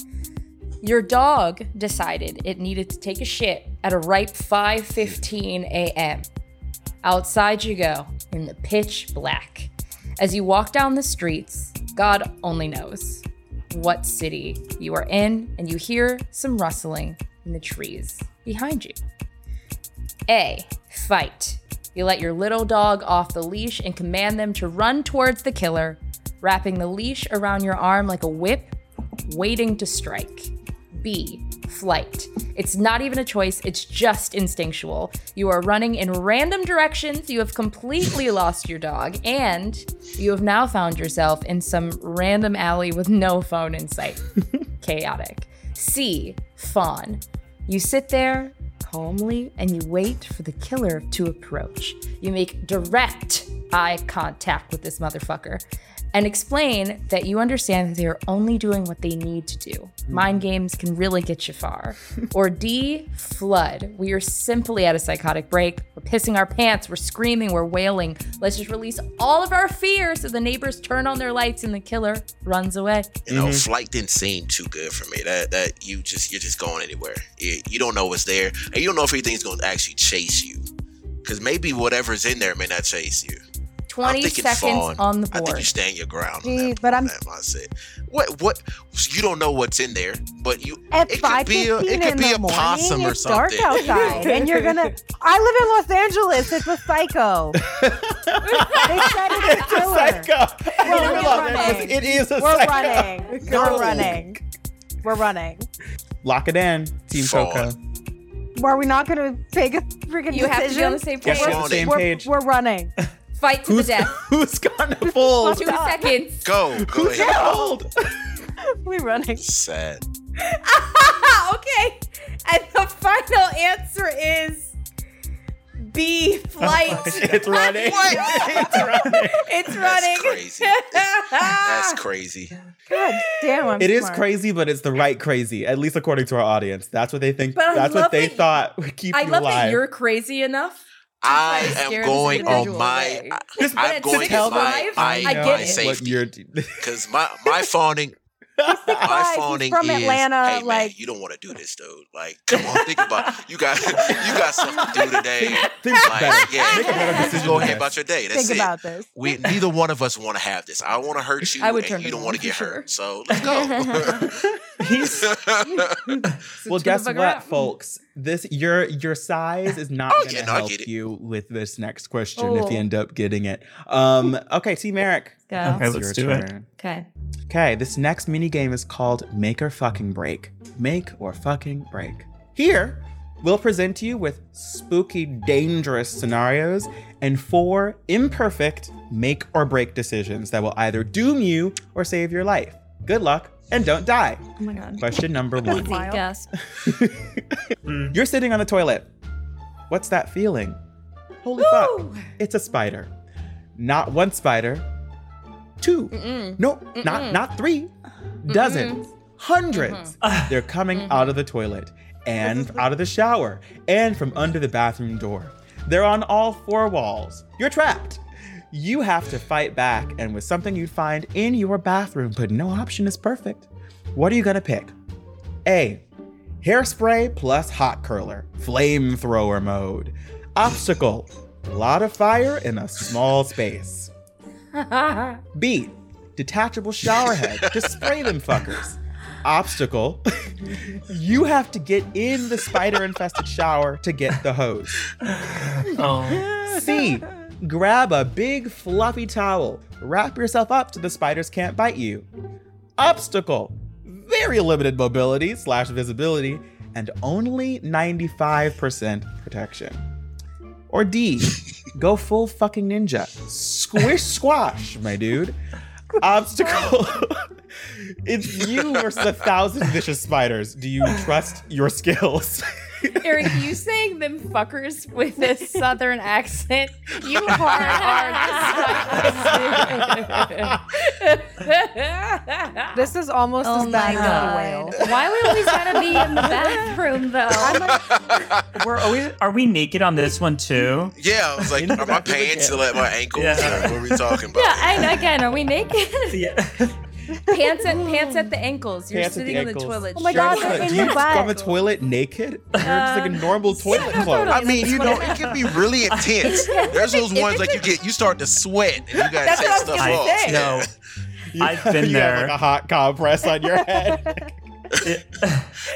Your dog decided it needed to take a shit at a ripe 5:15 a.m. Outside you go in the pitch black. As you walk down the streets, God only knows what city you are in, and you hear some rustling in the trees behind you. A. Fight. You let your little dog off the leash and command them to run towards the killer, wrapping the leash around your arm like a whip, waiting to strike. B. Flight. It's not even a choice, it's just instinctual. You are running in random directions, you have completely lost your dog, and you have now found yourself in some random alley with no phone in sight. Chaotic. C. Fawn. You sit there calmly and you wait for the killer to approach. You make direct eye contact with this motherfucker and explain that you understand that they are only doing what they need to do. Mind games can really get you far. or D, flood. We are simply at a psychotic break. We're pissing our pants, we're screaming, we're wailing. Let's just release all of our fear so the neighbors turn on their lights and the killer runs away.
You know, flight didn't seem too good for me. That that you just you're just going anywhere. You, you don't know what's there, and you don't know if anything's going to actually chase you. Because maybe whatever's in there may not chase you.
20
thinking
seconds
fawn.
on the
I think
board.
you stand your ground. on
Gee, but I'm
That mindset. What what you don't know what's in there, but you
at
it could
five
be a
fifteen
it could
in
be
the
a
morning.
possum or
it's dark
something.
outside, and you're gonna. I live in Los Angeles. It's a psycho. they said it's a killer. We're,
You know what?
running.
It is a
We're
psycho.
running.
No.
We're running. We're running.
Lock it in, Team Coco.
Are we not gonna take a freaking
You
decision?
have to be on the same
Yes,
page.
we're on the same
we're,
page.
We're running.
Fight to the death.
Who's gonna fold?
Two seconds.
Go, go
Who's
ahead.
gonna fold?
We're running.
Sad.
okay. And the final answer is B flight.
Oh, It's running. it's running.
it's running.
That's crazy. That's crazy.
God damn! I'm
It is
smart.
crazy, but it's the right crazy, at least according to our audience. That's what they think.
But I
that's what
love
they
that-
thought would keep
I
you
love
alive.
that you're crazy enough.
I
Like,
am
scared
going
is
on
individual
my.
way.
I-
Just
I'm
to
going to
tell them
my, my,
I- I
my,
get it.
what
safety
you're.
because my my fawning. My
He's
fawning
from
is,
Atlanta,
hey man,
like-
you don't want to do this, dude. Like, come on, think about you got you got something to do today.
Think
like,
better.
yeah,
Make a better
just
decision
go
than
ahead
this.
about your day. That's
Think
it.
about this.
we neither one of us want to have this. I want to hurt you,
I would turn
and you
it
don't
on
want to
for
get
sure.
hurt. So let's go.
He's
Well,
Turn the
guess what,
fuck around.
folks? This your your size is not
Oh,
going to
yeah, no, I
help
get it.
you with this next question if
Oh.
you end up getting it. Um. Okay, Team Eric.
Go.
Okay, let's do it.
Okay.
Okay, this next mini game is called Make or Fucking Break. Make or Fucking Break. Here, we'll present you with spooky, dangerous scenarios and four imperfect make or break decisions that will either doom you or save your life. Good luck and don't die.
Oh my god.
Question number one.
Easy guess.
You're sitting on the toilet. What's that feeling? Holy
Woo!
fuck. It's a spider. Not one spider. 2 No, not not three. Dozens. 100s they They're coming out of the toilet and out of the shower and from under the bathroom door. They're on all four walls. You're trapped. You have to fight back and with something you'd find in your bathroom, but no option is perfect. What are you gonna pick? A. Hairspray plus hot curler, flamethrower mode. Obstacle, a lot of fire in a small space. B, detachable shower head to spray them fuckers. Obstacle, you have to get in the spider infested shower to get the hose.
oh,
C. Grab a big fluffy towel. Wrap yourself up so the spiders can't bite you. Obstacle. Very limited mobility slash visibility and only 95% protection. Or D. Go full fucking ninja. Squish squash, my dude. Obstacle. it's you versus a thousand vicious spiders. Do you trust your skills?
Eric, you saying them fuckers with a southern accent? You hard are the
This is almost
Oh
as
my
bad
god.
as the whale.
Why we always gotta be in the bathroom though?
we're always are we naked on this one too?
yeah, I was like, are my pants still at my ankles?
Yeah.
Like, what are we talking about?
Yeah, and again, are we naked?
Yeah.
pants at pants at the ankles. You're
Pants at the
sitting in the
ankles.
toilet.
Oh my God,
shirt at
they're
Like,
in
do
your
you
butt.
go on the toilet naked? You're just like a normal toilet clothes.
I mean, you know, it can be really intense. There's those ones like you get, you start to sweat and you gotta
That's
take
what I
stuff
was gonna
off.
say.
No,
You-
I've been
you have,
there.
like a hot compress on your head.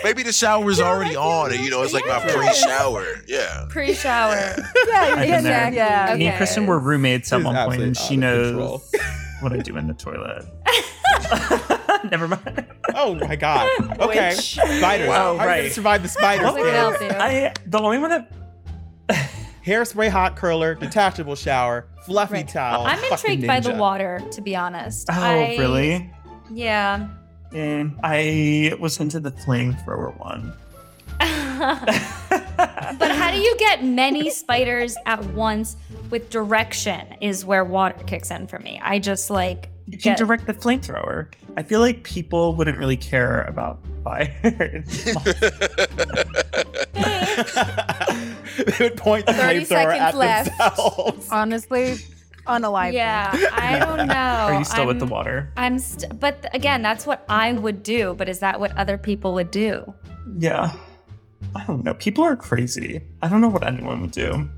Maybe the shower is already on, and you know, it's like my pre-shower. Yeah.
Pre-shower.
Yeah,
I've
yeah,
been there.
yeah.
Okay.
Me and Kristen were roommates
This
at
is
one point,
absolutely
and she
out of
knows
control.
what I do in the toilet. Never mind.
Oh my god. Okay.
Which-
Spiders. How are
Wow,
you gonna
right.
survive the spiders?
What
kid?
was- I the only one that oh,
Hairspray hot curler, detachable shower, fluffy
Right.
towel.
I'm
fucking
intrigued by the
ninja.
water, to be honest.
oh
I-
really?
Yeah.
Eh, I was into the flamethrower one.
but how do you get many spiders at once with direction is where water kicks in for me. I just like
You can direct the flamethrower. I feel like people wouldn't really care about fire.
they would point the
30
flamethrower
seconds
at
left.
themselves.
Honestly, unalive. me.
Yeah, I don't know.
Are you still with the
Oh, I'm-
water?
I'm, st- but th- again, that's what I would do. But is that what other people would do?
Yeah. I don't know. People are crazy. I don't know what anyone would do.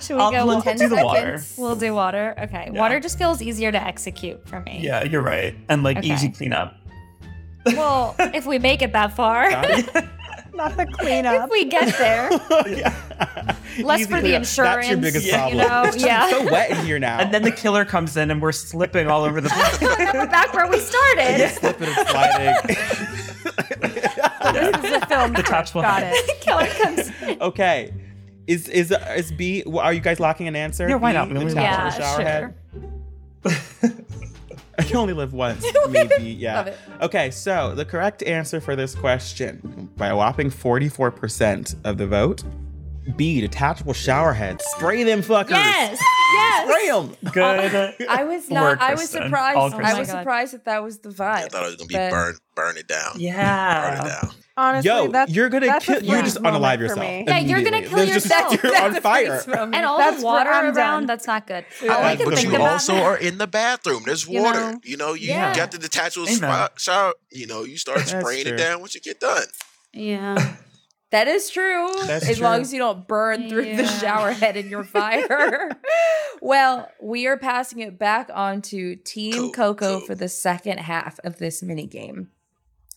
Should we
I'll-
go?
we'll do the water.
We'll do water. Okay, water just feels easier to execute for me.
Yeah, you're right. And like
Okay.
easy cleanup.
Well, if we make it that far,
not the cleanup.
If we get there, less
Easy
for the
cleanup.
insurance.
That's your biggest
you
problem.
know?
It's just
yeah.
so wet in here now.
And then the killer comes in and we're slipping all over the place.
We're back where we started.
Slipping and sliding.
this is a film.
The tops will
Got
hang.
it.
Killer comes.
okay. Is is is B? Are you guys locking an answer?
Yeah, why
B,
not? We
the
only
top
live
of the
once.
shower
Yeah,
head? you only live once, maybe. Yeah.
Love it.
Okay, so the correct answer for this question by a whopping 44% of the vote B, detachable shower heads. Spray them fuckers.
Yes. Yes.
Spray them.
Good.
I was not.
Work,
I was
Kristen.
surprised.
All
I was
Kristen.
surprised that that was the vibe.
I thought it was gonna be
But-
burn, burn it down, burn it
Yeah.
down.
Honestly,
Yo,
that's,
you're gonna
that's a
kill. You
freeze
just
moment
unalive
for
yourself.
me.
Yeah, you're gonna
immediately.
kill
There's just-
yourself.
you're on fire.
And all
That's
the
where
water
I'm
around,
done.
that's not good. All Oh, I
Like,
can
but
think
you
about
also are in the bathroom. There's
You
water.
know?
You know, you
Yeah.
got the detachable
Amen.
spot shower. You know, you start
That's
spraying
true.
it down once you get done.
Yeah.
That is true.
That's
as
true.
long as you don't burn through the
Yeah.
shower head in your fire. well, we are passing it back on to Team
Cool,
Coco
cool.
for the second half of this mini game.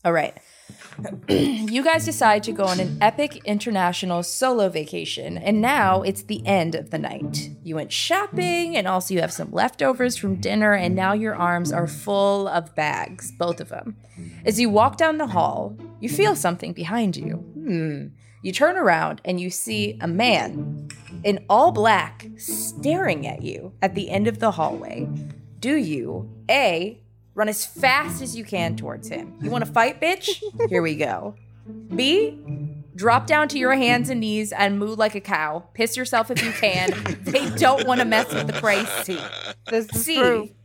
All right. you guys decide to go on an epic international solo vacation, and now it's the end of the night. You went shopping, and also you have some leftovers from dinner, and now your arms are full of bags, both of them. As you walk down the hall, you feel something behind you. Hmm. You turn around and you see a man in all black staring at you at the end of the hallway. Do you A, run as fast as you can towards him? You want to fight, bitch? Here we go. B, drop down to your hands and knees and moo like a cow. Piss yourself if you can. they don't want to mess with the crazy.
This is true.
C.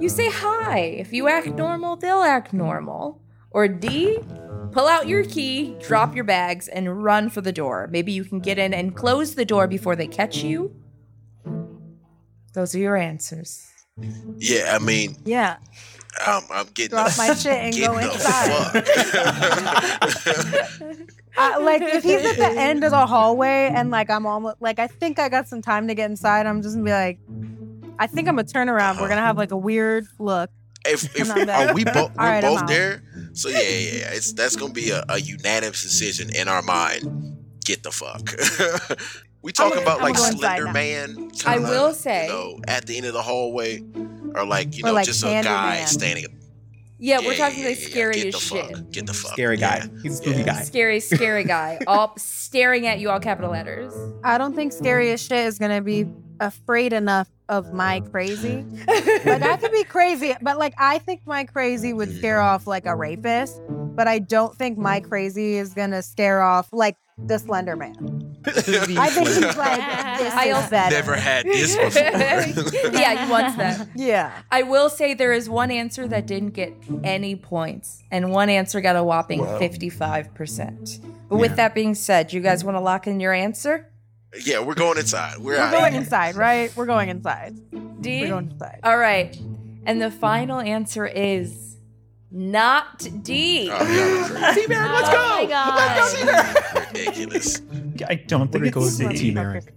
You say hi. If you act normal, they'll act normal. Or D. Pull out your key, drop your bags, and run for the door. Maybe you can get in and close the door before they catch you. Those are your answers.
Yeah, I mean,
Yeah,
I'm, I'm getting
drop
the,
my shit and
getting
go
the
inside.
fuck.
I, like if he's at the end of the hallway and like I'm almost like I think I got some time to get inside. I'm just gonna be like, I think I'm gonna turn around. We're gonna have like a weird look.
if if
Come on back.
are we both
All
we're
right, I'm
both
out.
there, so yeah, yeah, yeah. It's that's gonna be a, a unanimous decision in our mind. Get the fuck. we talking
I'm
about like
going inside
Slender
now.
Man.
I
kinda,
will say-
you know, at the end of the hallway, or like you
Or
know,
like
just a guy
Candyman.
standing.
Yeah, we're talking
yeah,
like
yeah, yeah,
scary
Get
as
the
shit.
fuck. Get the fuck.
Scary guy.
Yeah.
He's a spooky
Yeah.
guy.
Scary, scary guy. all staring at you, all capital letters.
I don't think scary as shit is gonna be afraid enough of my crazy. like I could be crazy, but like I think my crazy would scare off like a rapist, but I don't think my crazy is gonna scare off like the Slender Man. I think he's like this
I
is
also-
better.
Never had this before.
yeah, you want that.
Yeah.
I will say there is one answer that didn't get any points, and one answer got a whopping 55%. But with that being said, you guys want to lock in your answer?
yeah, we're going inside. We're,
We're
out.
going inside, right? We're going inside. We're
D?
going inside.
All right. And the final answer is not D.
Oh,
T-Man, let's go.
Oh my god.
ridiculous.
I don't think
We're going
it's
to
C.
Team Eric.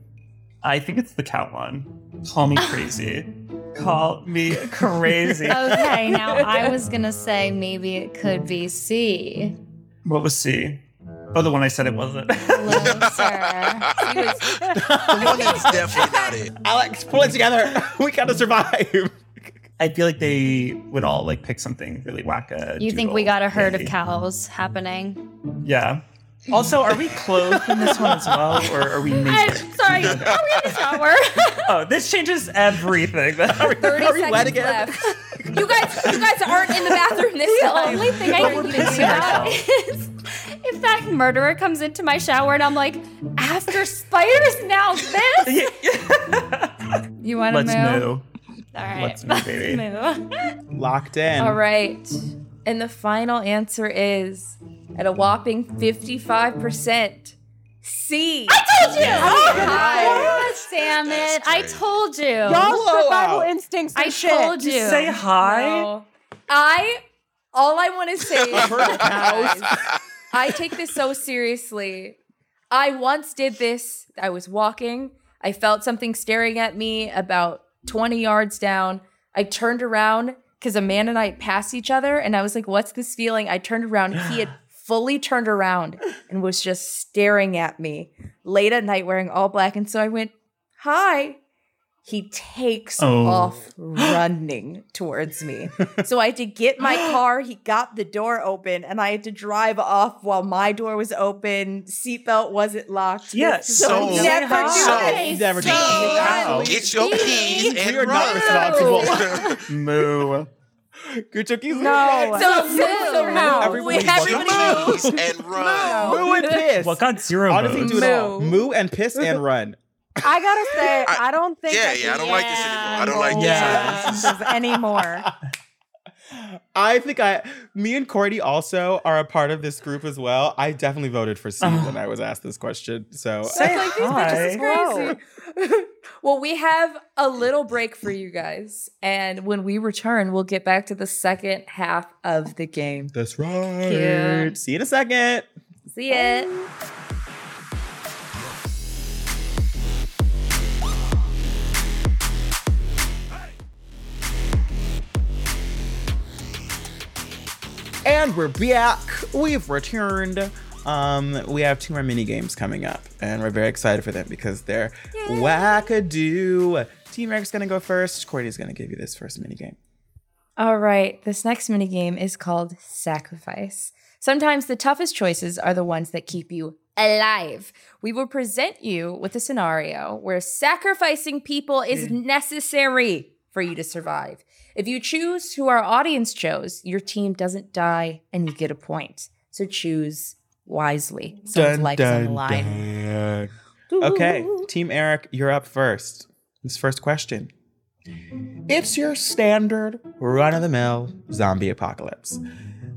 I think it's the cat one. Call me crazy. Call me crazy.
Oh, Okay, now I was gonna say maybe it could be C.
What was C? Oh, the one I said it wasn't.
Closer.
The one that's definitely not it.
Alex, pull it together. We gotta survive.
I feel like they would all like pick something really wacka.
You think we got a herd of cows happening?
Yeah. Also, are we clothed in this one as well, or are we
I'm
naked?
sorry, are we in the shower?
Oh, this changes everything. Are we-
30
Are we wet
seconds
again?
left. You guys, you guys aren't in the bathroom this
The
time.
only thing I
We're
can think
pissing
about is if that murderer comes into my shower and I'm like, after spiders now this.
Yeah.
You want to
Let's
move?
move.
All right.
Let's move, baby. Locked in.
All right. And the final answer is at a whopping 55%. C. I
told you!
Oh, God.
God damn it. I told you.
Y'all survival Blowout.
instincts
I told you.
Say hi.
No. I all I want to say is guys, I take this so seriously. I once did this. I was walking. I felt something staring at me about 20 yards down. I turned around because a man and I had passed each other, and I was like, "What's this feeling?" I turned around. He had fully turned around and was just staring at me late at night, wearing all black. And so I went, "Hi." He takes
Oh.
off running towards me. So I had to get my car. He got the door open, and I had to drive off while my door was open. Seatbelt wasn't locked.
Yeah,
So,
so never do
so,
this.
Never do
so
this.
get your keys and
We are not
run.
responsible.
Moo.
Gucci's
No.
So move somehow.
Everyone
We-
is fucking
everybody
Keys and run.
moo and piss.
Well, got zero
Honestly,
votes.
do it all.
Moo.
Moo and piss and run.
I gotta say,
I-
I don't think
Yeah,
that
yeah, I don't like this anymore. I don't like
Yeah.
this.
this anymore.
I think I, me and Cordy also are a part of this group as well. I definitely voted for C
Oh.
when I was asked this question. So
Say
like these bitches is
hi.
crazy. well, we have a little break for you guys, and when we return, we'll get back to the second half of the game.
that's right.
Cute.
See you in a second.
See it.
And we're back. We've returned. Um, we have two more mini games coming up, and we're very excited for them because they're wackadoo. Team Rec's gonna go first. Cordy's gonna give you this first mini game.
All right, this next minigame is called Sacrifice. Sometimes the toughest choices are the ones that keep you alive. We will present you with a scenario where sacrificing people is necessary for you to survive. If you choose who our audience chose, your team doesn't die and you get a point. So choose wisely. Someone's life's on the line.
Okay, Team Eric, you're up first. This first question. It's your standard run of the mill zombie apocalypse.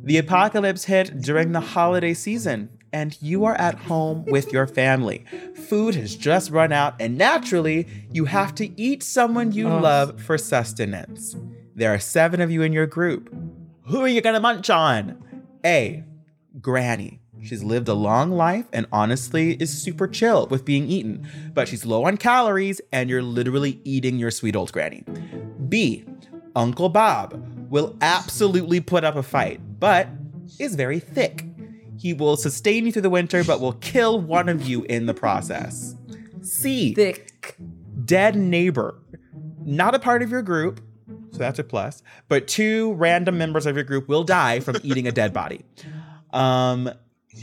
The apocalypse hit during the holiday season, and you are at home with your family. Food has just run out, and naturally, you have to eat someone you love for sustenance. There are seven of you in your group. Who are you gonna munch on? A. Granny. She's lived a long life and honestly is super chill with being eaten, but she's low on calories and you're literally eating your sweet old granny. B. Uncle Bob will absolutely put up a fight, but is very thick. He will sustain you through the winter, but will kill one of you in the process. C
Thick.
dead neighbor, not a part of your group, so that's a plus, but two random members of your group will die from eating a dead body. Um,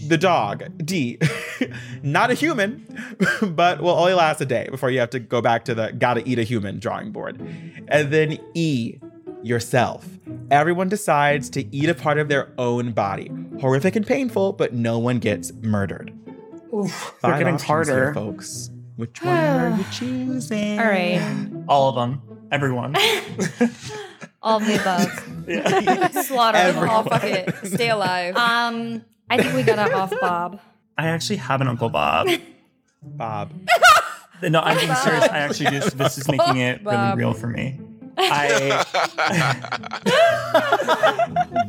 the dog, D, not a human, but will only last a day before you have to go back to the gotta eat a human drawing board. And then E, yourself. Everyone decides to eat a part of their own body. Horrific and painful, but no one gets murdered.
We're
Five
getting
options here,
harder.
folks. Which one are you choosing?
All right.
All of them. Everyone.
All of the above.
yeah.
Slaughter them all.
Everyone.
Oh,
Fuck
fuck
it.
it. Stay alive.
Um, I think we got to off Bob.
I actually have an Uncle Bob.
Bob.
No, I'm being serious. I actually just this is making it really
Bob.
real for me. I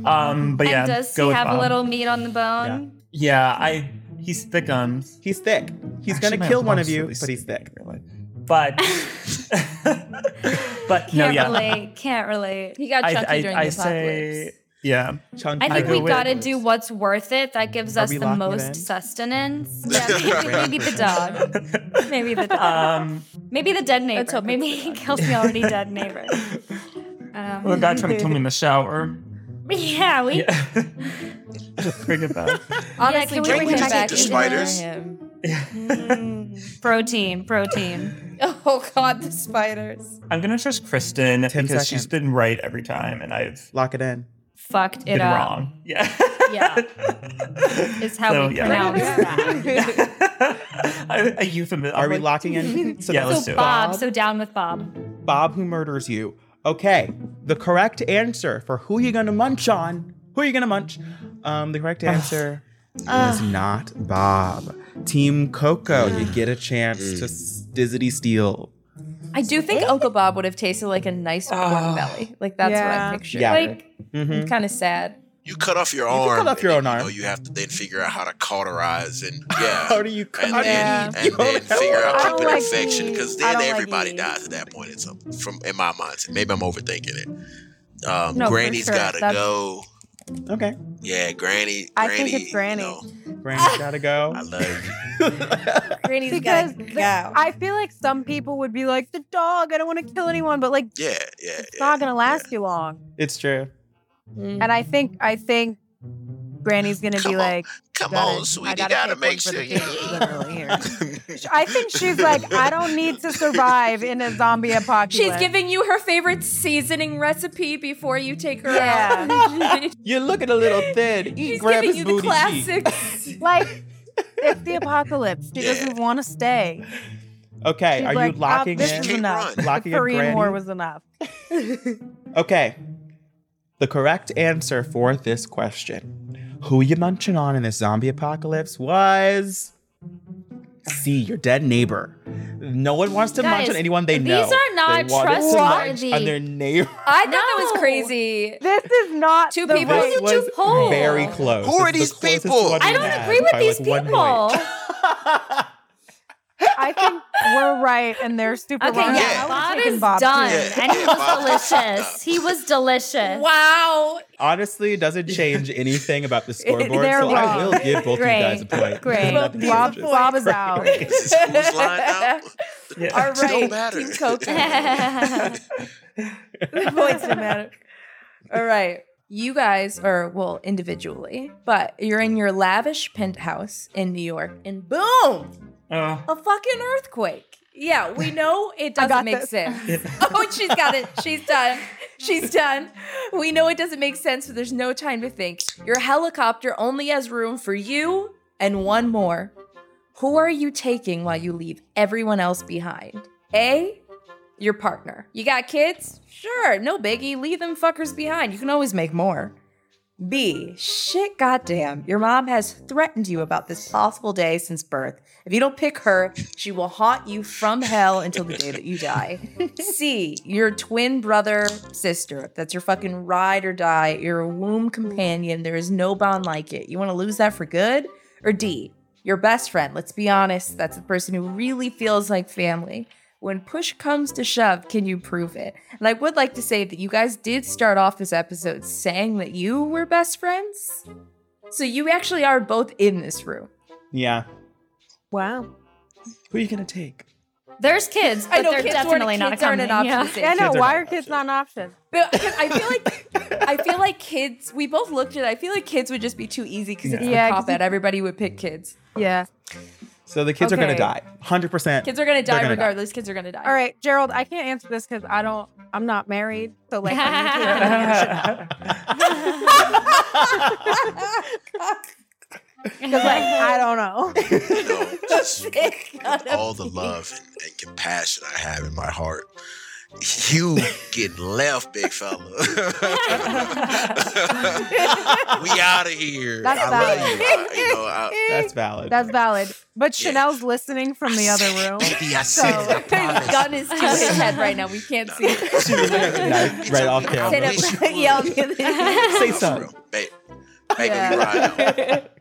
um, but yeah,
and does he
go with
have
Bob.
a little meat on the bone?
Yeah, I he's thick gums.
He's thick. He's
Actually,
gonna
my
kill
Uncle
one
Bob's
of you,
really
but he's
sweet.
thick.
But but no,
Can't
yeah,
relate. Can't relate.
he got
I
chunky
I,
during
I
the
say
apocalypse.
yeah.
Chunky.
I think
go
we
with-
got to do what's worth it. That gives
Are
us
we
the
locking it
most
in?
sustenance. Yeah, maybe, maybe the dog. Maybe the dog.
Um,
Maybe the dead neighbor.
Let's hope
Maybe
it's the
he kills the already dead neighbor. Um,
well, the guy trying Oh, to kill me in the shower.
yeah, we.
Yeah, bring it back.
Honestly,
can we
bring
bring
him
it back
back
to
into
spiders?
him.
Mm, protein, protein.
Oh God, the spiders.
I'm gonna trust Kristen because
Ten
she's
seconds.
been right every time, and I've
Lock it in.
Fucked it
been
up.
wrong. Yeah.
Yeah. Is how
So,
we
yeah.
pronounce that.
a, a euphemism.
Are we
like,
locking in? So uh,
Yeah,
that's
let's do
So
it.
Bob, so down with Bob.
Bob who murders you. Okay, the correct answer for who you gonna munch on? Who are you gonna munch? Um, the correct answer was not Bob. Team Coco, you get a chance to dizzity steal.
I do think Uncle Bob would have tasted like a nice pork belly. Like that's what
Yeah.
I pictured.
Yeah.
Like
Mhm.
kind of sad.
You cut off your
You
arm.
can cut off your own arm.
Oh, you have to then figure out how to cauterize and yeah.
How do you cut?
and
how do you-
then,
you
and then figure
I
out
don't
keep an
like
infection because
I
then
don't like
everybody dies at that point. It's from in my mindset. Maybe I'm overthinking it. Um,
No, for
Granny's
sure.
gotta
That's-
go.
Okay.
Yeah, Granny.
I
Granny.
think it's Granny.
Granny's gotta go. I
love you.
Granny's
because the- I feel like some people would be like, the dog, I don't want to kill anyone, but like
Yeah, Eh, yeah.
it's not gonna last too long.
It's true.
And I think I think Granny's gonna be like,
come
gotta,
on, sweetie,
I
gotta,
gotta, pay
make
for
sure
the
you.
food literally here. I think she's like, I don't need to survive in a zombie apocalypse.
She's giving you her favorite seasoning recipe before you take her out.
You're looking a little thin. Eat,
She's
grab
giving
his
you the
booty cheek.
classics.
like it's the apocalypse. She doesn't want to stay.
Okay,
She's
are
like,
you
"Ah,
locking
this
in?
is enough.
Locking
the
in
Korean
Granny?
War was enough.
Okay. The correct answer for this question, who you munching on in this zombie apocalypse, was C, your dead neighbor. No one wants to munch
Guys,
on anyone they
these
know.
are not
They wanted to munch
trustworthy.
On their neighbor.
I thought that was
No.
crazy.
This is not
Two
the
people.
right-
This was
poll?
very close.
Who are
It's the
these
closest
people?
one
I
we
don't
had
agree with
by,
these
like, one
people.
point.
I think we're right and they're super
Okay,
wrong.
yeah,
I
Bob
would've taken
is
Bob, too.
done,
Yeah.
and he
Yeah, Bob-
was delicious. He was delicious.
Wow.
Honestly, it doesn't change anything about the scoreboard,
They're
so I
wrong.
will give both
Great.
you guys a point.
Great.
Nothing
Bob,
changes.
Bob is out.
Is this who's lined up?
Yeah.
All
It don't
right.
matter.
Team Coco. the points don't matter. All right. You guys are, well, individually, but you're in your lavish penthouse in New York, and boom,
Oh,
a fucking earthquake. Yeah, we know it
I
doesn't
got
make
this.
sense. oh, she's got it. She's done. She's done. We know it doesn't make sense, but there's no time to think. Your helicopter only has room for you and one more. Who are you taking while you leave everyone else behind? A, your partner. You got kids? Sure, no biggie. Leave them fuckers behind. You can always make more. B, shit goddamn. Your mom has threatened you about this possible day since birth. If you don't pick her, she will haunt you from hell until the day that you die. C, your twin brother, sister. That's your fucking ride or die, your womb companion. There is no bond like it. You want to lose that for good? Or D, your best friend. Let's be honest, that's the person who really feels like family. When push comes to shove, can you prove it? And I would like to say that you guys did start off this episode saying that you were best friends. So you actually are both in this room.
Yeah.
Wow.
Who are you gonna take?
There's kids, but they're
kids aren't-
definitely not
kids aren't
coming.
an
Yeah.
option.
Yeah, no,
Kids are
why
not
are kids not an option?
But 'cause I feel like I feel like kids. We both looked at. it. I feel like kids would just be too easy because it's
Yeah,
the
'cause
cop out. Everybody would pick kids.
Yeah.
So the kids are gonna
Okay.
die. Hundred percent.
Kids are gonna
They're
die
gonna die.
regardless. Kids are gonna die.
All right, Gerald, I can't answer this because I don't I'm not married. So like I need to-
uh,
Because like I don't know.
You know, just with all the love and, and compassion I have in my heart, you get left, big fella. we out of here.
That's
I
valid.
love you. I, you know, I,
That's valid.
That's valid. But
Yeah.
Chanel's listening from the other room.
baby, I
So-
said it. I
His
promise.
gun is to his head right now. We can't see. it.
She was like, like, right off
Sit
camera.
wish you
up,
would.
yelling at the-
Say
For
something.
real. Babe, baby, we ride out.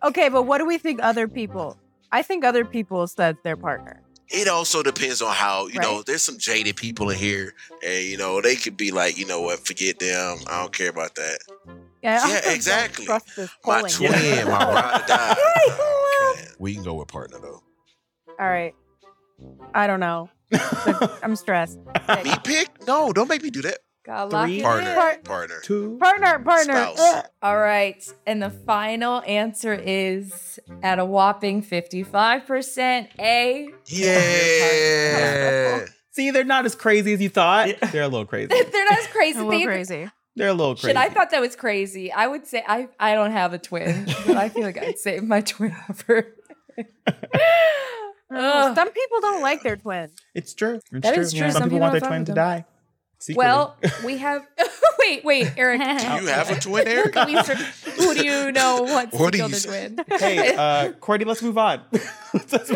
Okay, but what do we think other people? I think other people said their partner.
It also depends on how, you know,
Right.
there's some jaded people in here, and, you know, they could be like, you know what, forget them. I don't care about that.
Yeah, I
Yeah,
also don't
exactly.
Trust this
My
polling.
twin, my ride or die. Okay. We can go with partner, though.
All right. I don't know. I'm stressed.
Me pick? No, don't make me do that.
God, lock
Three.
it
Partner,
in.
partner,
Two.
Partner, partner.
spouse.
Ugh.
All right. And the final answer is at a whopping 55% A.
Yeah.
See, they're not as crazy as you thought.
Yeah.
They're a little crazy.
They're not as crazy.
A
They-
little crazy.
They're a little crazy.
Shit, I thought that was crazy. I would say I, I don't have a twin, but I feel like I'd save my twin for.
Oh,
Ugh.
some people don't like their twins.
it's true. It's
That
true.
is true.
Some, people want their
don't
twin to
fuck
die. Secretly.
Well, we have. wait, wait, Eric.
Do you have a twin, Eric?
Can we sur- Who do you know wants
What do
to kill
you
the
say?
twin?
hey, uh, Cordy, let's move on. let's, let's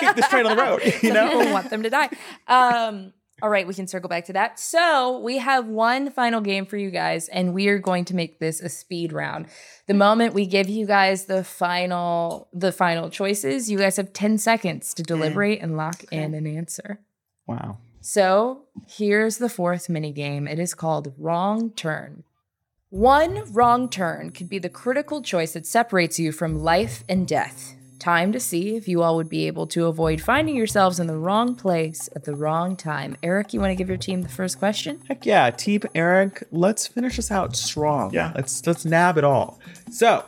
keep this train on the road. You
Some
know,
people want them to die. Um, all right, we can circle back to that. So we have one final game for you guys, and we are going to make this a speed round. The moment we give you guys the final the final choices, you guys have 10 seconds to
Mm.
deliberate and lock in an answer.
Wow.
So here's the fourth mini game. It is called Wrong Turn. One wrong turn could be the critical choice that separates you from life and death. Time to see if you all would be able to avoid finding yourselves in the wrong place at the wrong time. Eric, you want to give your team the first question?
Heck yeah, Team Eric, let's finish this out strong. Yeah. Let's let's nab it all. So,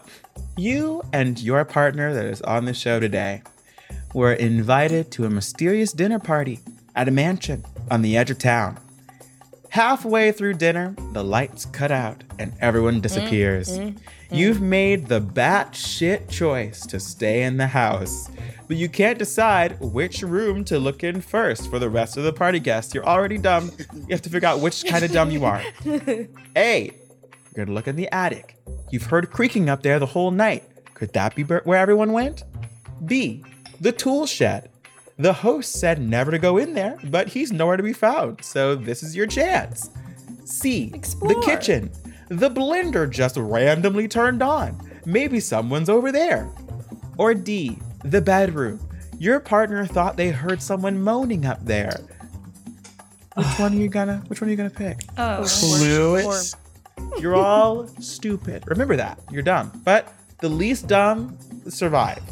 you and your partner that is on the show today were invited to a mysterious dinner party at a mansion on the edge of town. Halfway through dinner, the lights cut out and everyone disappears.
mm,
You've made the batshit choice to stay in the house, but you can't decide which room to look in first for the rest of the party guests. You're already dumb. You have to figure out which kind of dumb you are. A, you're gonna look in the attic. You've heard creaking up there the whole night. Could that be bur- where everyone went? B, the tool shed. The host said never to go in there, but he's nowhere to be found, so this is your chance. C, the kitchen. The blender just randomly turned on. Maybe someone's over there. Or D, the bedroom. Your partner thought they heard someone moaning up there. Which one are you gonna which one are you gonna pick?
Oh.
Clue it. You're all stupid. Remember that. You're dumb. But the least dumb survive.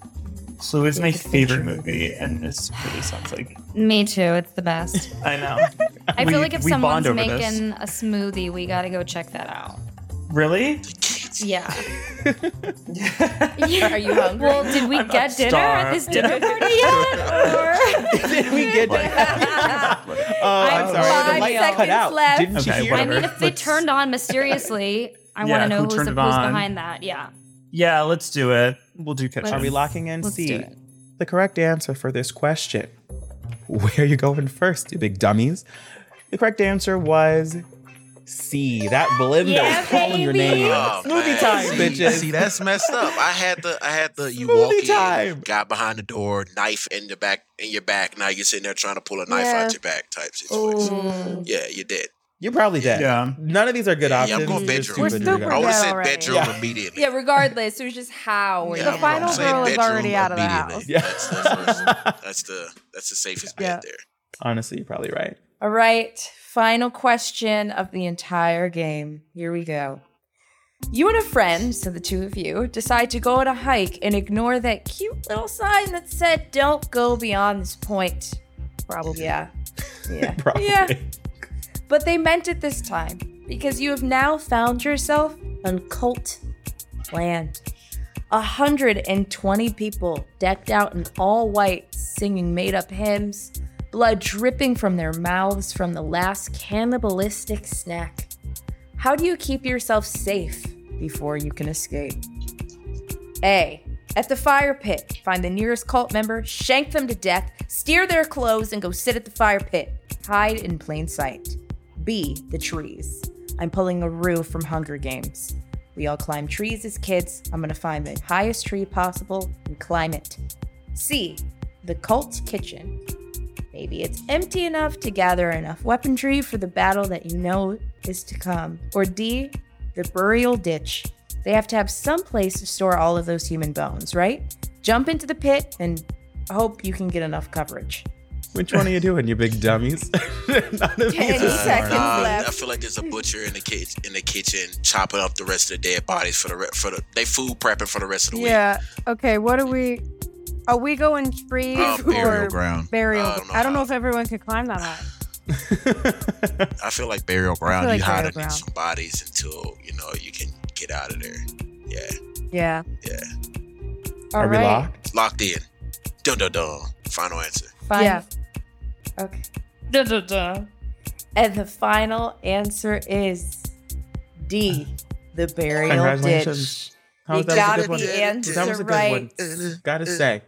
Clue is my favorite movie, and this really sounds like
Me too. It's the best.
I know.
I
We-
feel like if
we bond
someone's
over
making
this.
a smoothie, we gotta go check that out.
Really?
Yeah.
Are you hungry?
Well, did we get dinner at this dinner party yet? Or
did we get Oh, I'm sorry. The
five
light cut
seconds
out.
left.
Didn't you
Okay,
hear?
I mean, if they turned on mysteriously, I
Yeah,
want to
who
know who's,
turned
who's
it on?
behind that. Yeah.
Yeah, let's do it. We'll do kitchen.
Are we locking in
let's do
C?
it.
The correct answer for this question. Where are you going first, you big dummies? The correct answer was C. That blender
Yeah,
was calling your name.
Oh,
Smoothie
man.
time,
see,
bitches.
See, that's messed up. I had the I had the you
Smoothie
walk in,
time.
got behind the door, knife in the back in your back. Now you're sitting there trying to pull a knife
Yeah.
out your back type situation. Yeah, you're dead.
You're probably dead.
Yeah.
None of these are good
Yeah,
options.
I'm going
You're
bedroom.
stupid
We're
regardless.
I always
dead
said
already.
bedroom
Yeah.
immediately.
Yeah, regardless, it was just how.
Yeah,
were you
the
I'm
final
saying
girl is
bedroom
already out of the
immediately.
house.
Yeah.
That's, that's, that's, that's the that's the safest
Yeah.
bet there.
Honestly, you're probably right.
All right, final question of the entire game. Here we go. You and a friend, so the two of you, decide to go on a hike and ignore that cute little sign that said, don't go beyond this point. Probably. Yeah. Yeah.
Probably.
Yeah. But they meant it this time because you have now found yourself on cult land. 120 people decked out in all white, singing made up hymns, blood dripping from their mouths from the last cannibalistic snack. How do you keep yourself safe before you can escape? A. At the fire pit, find the nearest cult member, shank them to death, steer their clothes, and go sit at the fire pit. Hide in plain sight. B. The trees. I'm pulling a Rue from Hunger Games. We all climb trees as kids. I'm gonna find the highest tree possible and climb it. C. The cult kitchen. Maybe it's empty enough to gather enough weaponry for the battle that you know is to come. Or D, the burial ditch. They have to have some place to store all of those human bones, right? Jump into the pit and hope you can get enough coverage.
Which one are you doing, you big dummies? None of these
Ten
are
seconds
smart.
Uh, Nah,
left.
I feel like there's a butcher in the kitchen, in the kitchen, chopping up the rest of the dead bodies for the re- for the they food prepping for the rest of the week.
Yeah. Okay. What are we? Are we going trees
Uh, burial
or
ground.
burial?
Uh, I
I
don't
don't,
know
know if everyone can climb that high.
I feel like burial ground.
like
you
burial
hide
ground.
some bodies until you know you can get out of there. Yeah,
Yeah.
yeah.
All
Are
right.
we locked?
Locked in. Dun dun dun. Final answer.
Fine.
Yeah.
Okay. And the final answer is D, the burial ditch.
Congratulations. How
You
was that?
gotta
That was a
be
good one.
answer
That was a good
right.
one. Gotta say. Gotta say,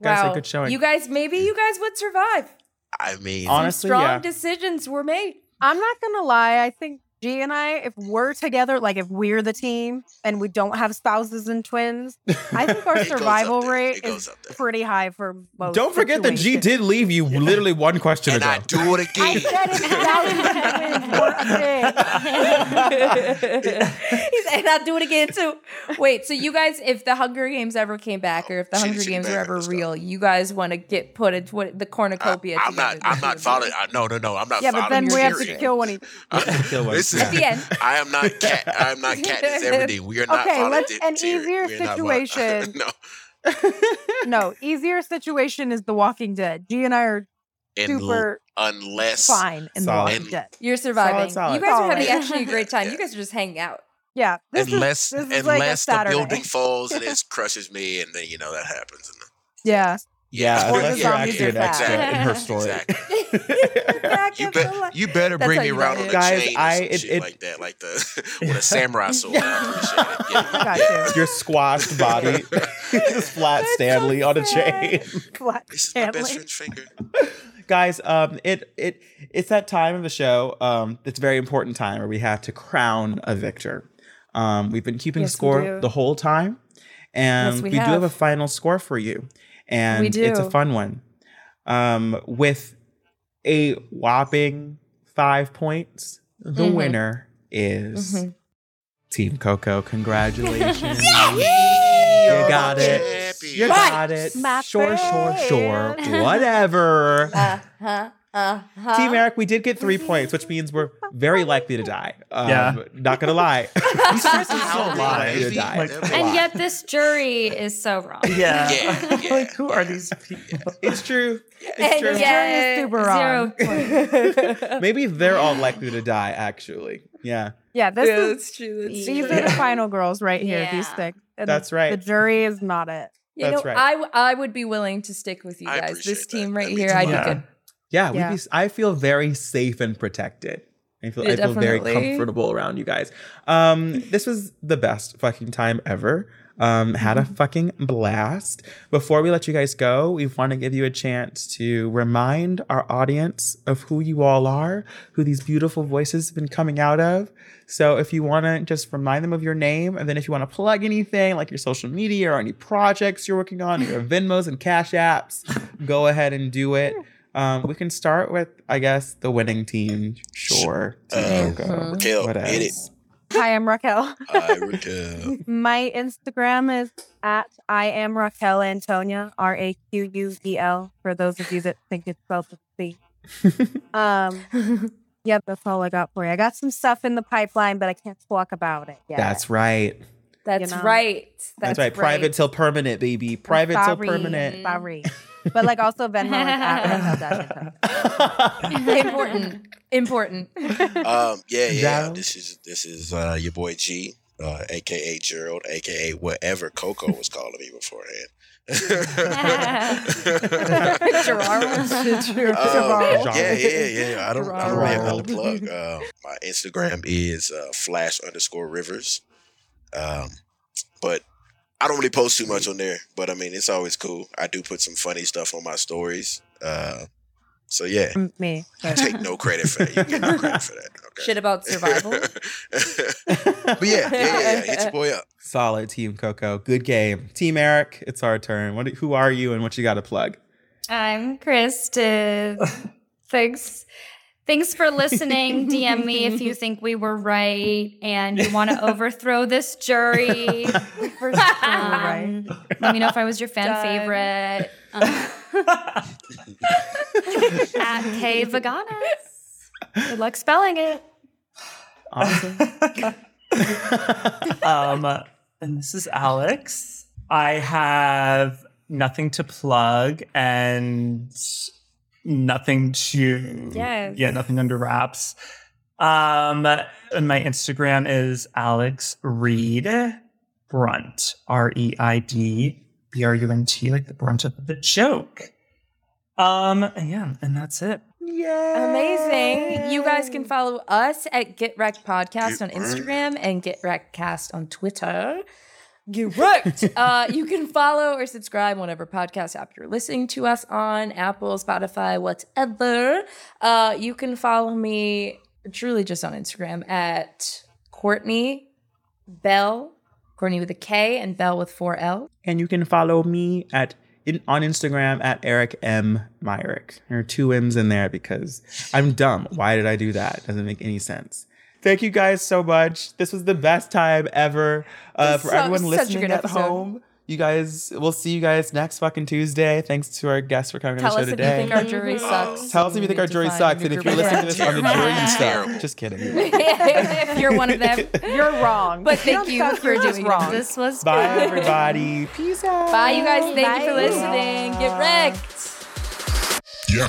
Wow.
good showing.
You guys, maybe you guys would survive.
I mean,
Honestly,
strong
yeah.
decisions were made.
I'm not gonna lie. I think G and I, if we're together, like if we're the team and we don't have spouses and twins, I think our
goes up
survival
there.
rate
It goes
is
up there.
pretty high for most.
Don't forget that G
situations.
did leave you literally one question
and
ago.
I do it
I
again.
said if spouses and twins were a thing.
He's and I'll do it again too. Wait, so you guys, if the Hunger Games ever came back, or if the
She-
Hunger
she
Games
back
were
on
ever
this
real, you guys want to get put into what, the cornucopia.
I'm not.
together
I'm
to
not
do
following. I, no, no, no. I'm not.
Yeah, but then
following
we have to
Tyrion.
kill one. e-, each-
Kill one.
This is
At the end.
I am not cat. I am not Katniss Everdeen. We are not.
Okay,
following
let's- an
Tyrion.
easier
We are not following-
situation.
no,
No, easier situation is The Walking Dead. G and I are
In-
super
unless
fine in The
Solid.
Walking Dead.
You're surviving.
solid.
You guys are
Solid.
having actually a great time.
Yeah.
You guys are just hanging out.
Yeah, this is-
unless
this is, like a
unless the
Saturday.
building falls and it crushes me, and then you know that happens. And
Yeah,
yeah,
Or
unless
the
you're
zombies
actually
are
an
fat.
extra in her story.
Exactly.
Back
You,
up the
bet.
li-
you better
That's
bring
how
me
you
around
got
on
it.
a
Guys,
chain or
I-
some
it-
shit
it-
like that, like the with a samurai sword. or some shit.
I
Yeah.
got you.
Your squashed body, just flat
That's so
Stanley on a chain.
sad. Flat
This is my best
family.
friend's finger.
guys um it it it's that time of the show um it's a very important time where we have to crown a victor um we've been keeping
Yes, we
score
do.
the whole time and
Yes,
we,
we
do have
have.
a final score for you and
We
it's a
do.
fun one um with a whopping five points
Mm-hmm.
the
Mhm.
winner is
Mhm.
team coco congratulations
You
got it. you got it
My
sure sure sure
friend.
whatever
Uh
Uh-huh,
huh. Uh huh.
Team Eric, we did get three points, which means we're very likely to die. Um,
Yeah.
Not gonna lie.
so
Likely to
live.
die.
Like-
And yet this jury is so wrong.
Yeah.
Yeah, yeah,
like, who are these people?
It's true. It's
And
true.
yeah.
Jury is super
Zero
wrong.
points.
Maybe they're all likely to die, actually. Yeah.
Yeah, this
yeah,
is
that's true. That's
These
true.
are the final girls right here. These
Yeah.
six. And
That's right.
The jury is not it.
You
That's
know,
right.
I w- I would be willing to stick with you
I
guys. This
appreciate that.
team
That
right
means
here,
a
I'd be
lot.
good.
Yeah. We'd
Yeah.
Be, I feel very safe and protected. I feel,
Yeah,
I feel very
definitely.
comfortable around you guys. Um, this was the best fucking time ever. Um, had a fucking blast. Before we let you guys go, we want to give you a chance to remind our audience of who you all are, who these beautiful voices have been coming out of. So if you want to just remind them of your name, and then if you want to plug anything like your social media or any projects you're working on, your Venmos and Cash apps, go ahead and do it. Um, we can start with, I guess, the winning team. Sure.
Uh,
Go.
Raquel,
What
hit it.
else?
Hi, I'm Raquel.
I recall.
My Instagram is at I am Raquel Antonia, R A Q U E L, for those of you that think it's spelled with C. um, yep, that's all I got for you. I got some stuff in the pipeline, but I can't talk about it yet.
That's right.
That's
You know.
right.
That's, right. Private till permanent, baby.
I'm
Private till
sorry,
permanent.
Sorry. But like also Venmo is at Venmo Dash Antonia.
important. Important.
Um, yeah, yeah.
Gerald?
This is this is uh, your boy G, uh, aka Gerald, aka whatever Coco was calling me beforehand.
Gerard.
Um,
Jarl.
yeah, yeah, yeah. I don't, I don't really have
Jarl.
nothing to plug. Um, my Instagram is uh, flash underscore rivers. Um, but I don't really post too much on there. But I mean, it's always cool. I do put some funny stuff on my stories. Uh, so yeah,
Me.
take no credit for that. You get no credit for that. Okay.
Shit about survival.
but yeah, yeah, yeah, yeah. Hit your boy up.
Solid team Coco. Good game. Team Eric, it's our turn. What who are you and what you got to plug?
I'm Kristen. Thanks. Thanks for listening. DM me if you think we were right and you want to overthrow this jury.
For sure, right?
Um, Let me know if I was your fan
Done.
favorite. Um, at K Vaganas. Good luck spelling it.
Awesome.
um, and this is Alex. I have nothing to plug and nothing to
Yes.
yeah, nothing under wraps. Um, and my Instagram is Alex Reed Brunt R E I D B R U N T, like the brunt of the joke. Um, and yeah, and that's it.
Amazing. You guys can follow us at Get Wrecked Podcast
Get
on Instagram and Get Wrecked Cast on Twitter. Get wrecked. uh, you can follow or subscribe whatever podcast app you're listening to us on, Apple, Spotify, whatever. Uh, you can follow me truly just on Instagram at Courtney Bell, Courtney with a K and Bell with four L.
And you can follow me at in, on Instagram at Eric M Myrick. There are two M's in there because I'm dumb. Why did I do that? Doesn't make any sense. Thank you guys so much. This was the best time ever uh,
This
for
so-
everyone
such a
listening
good
at
episode.
home. You guys, we'll see you guys next fucking Tuesday. Thanks to our guests for coming
Tell
on the
us
show
if you
today.
think our jury sucks.
Tell us if you think our jury sucks, and if you're listening to this on the jury, you suck. Just kidding.
if you're one of them,
you're wrong.
But
If you
thank
don't
you
suck,
for
you're just
doing
wrong.
it. This was
Bye,
fun.
everybody.
Peace out.
Bye, you guys. Thank you for
Bye.
listening. Get wrecked.
Yeah.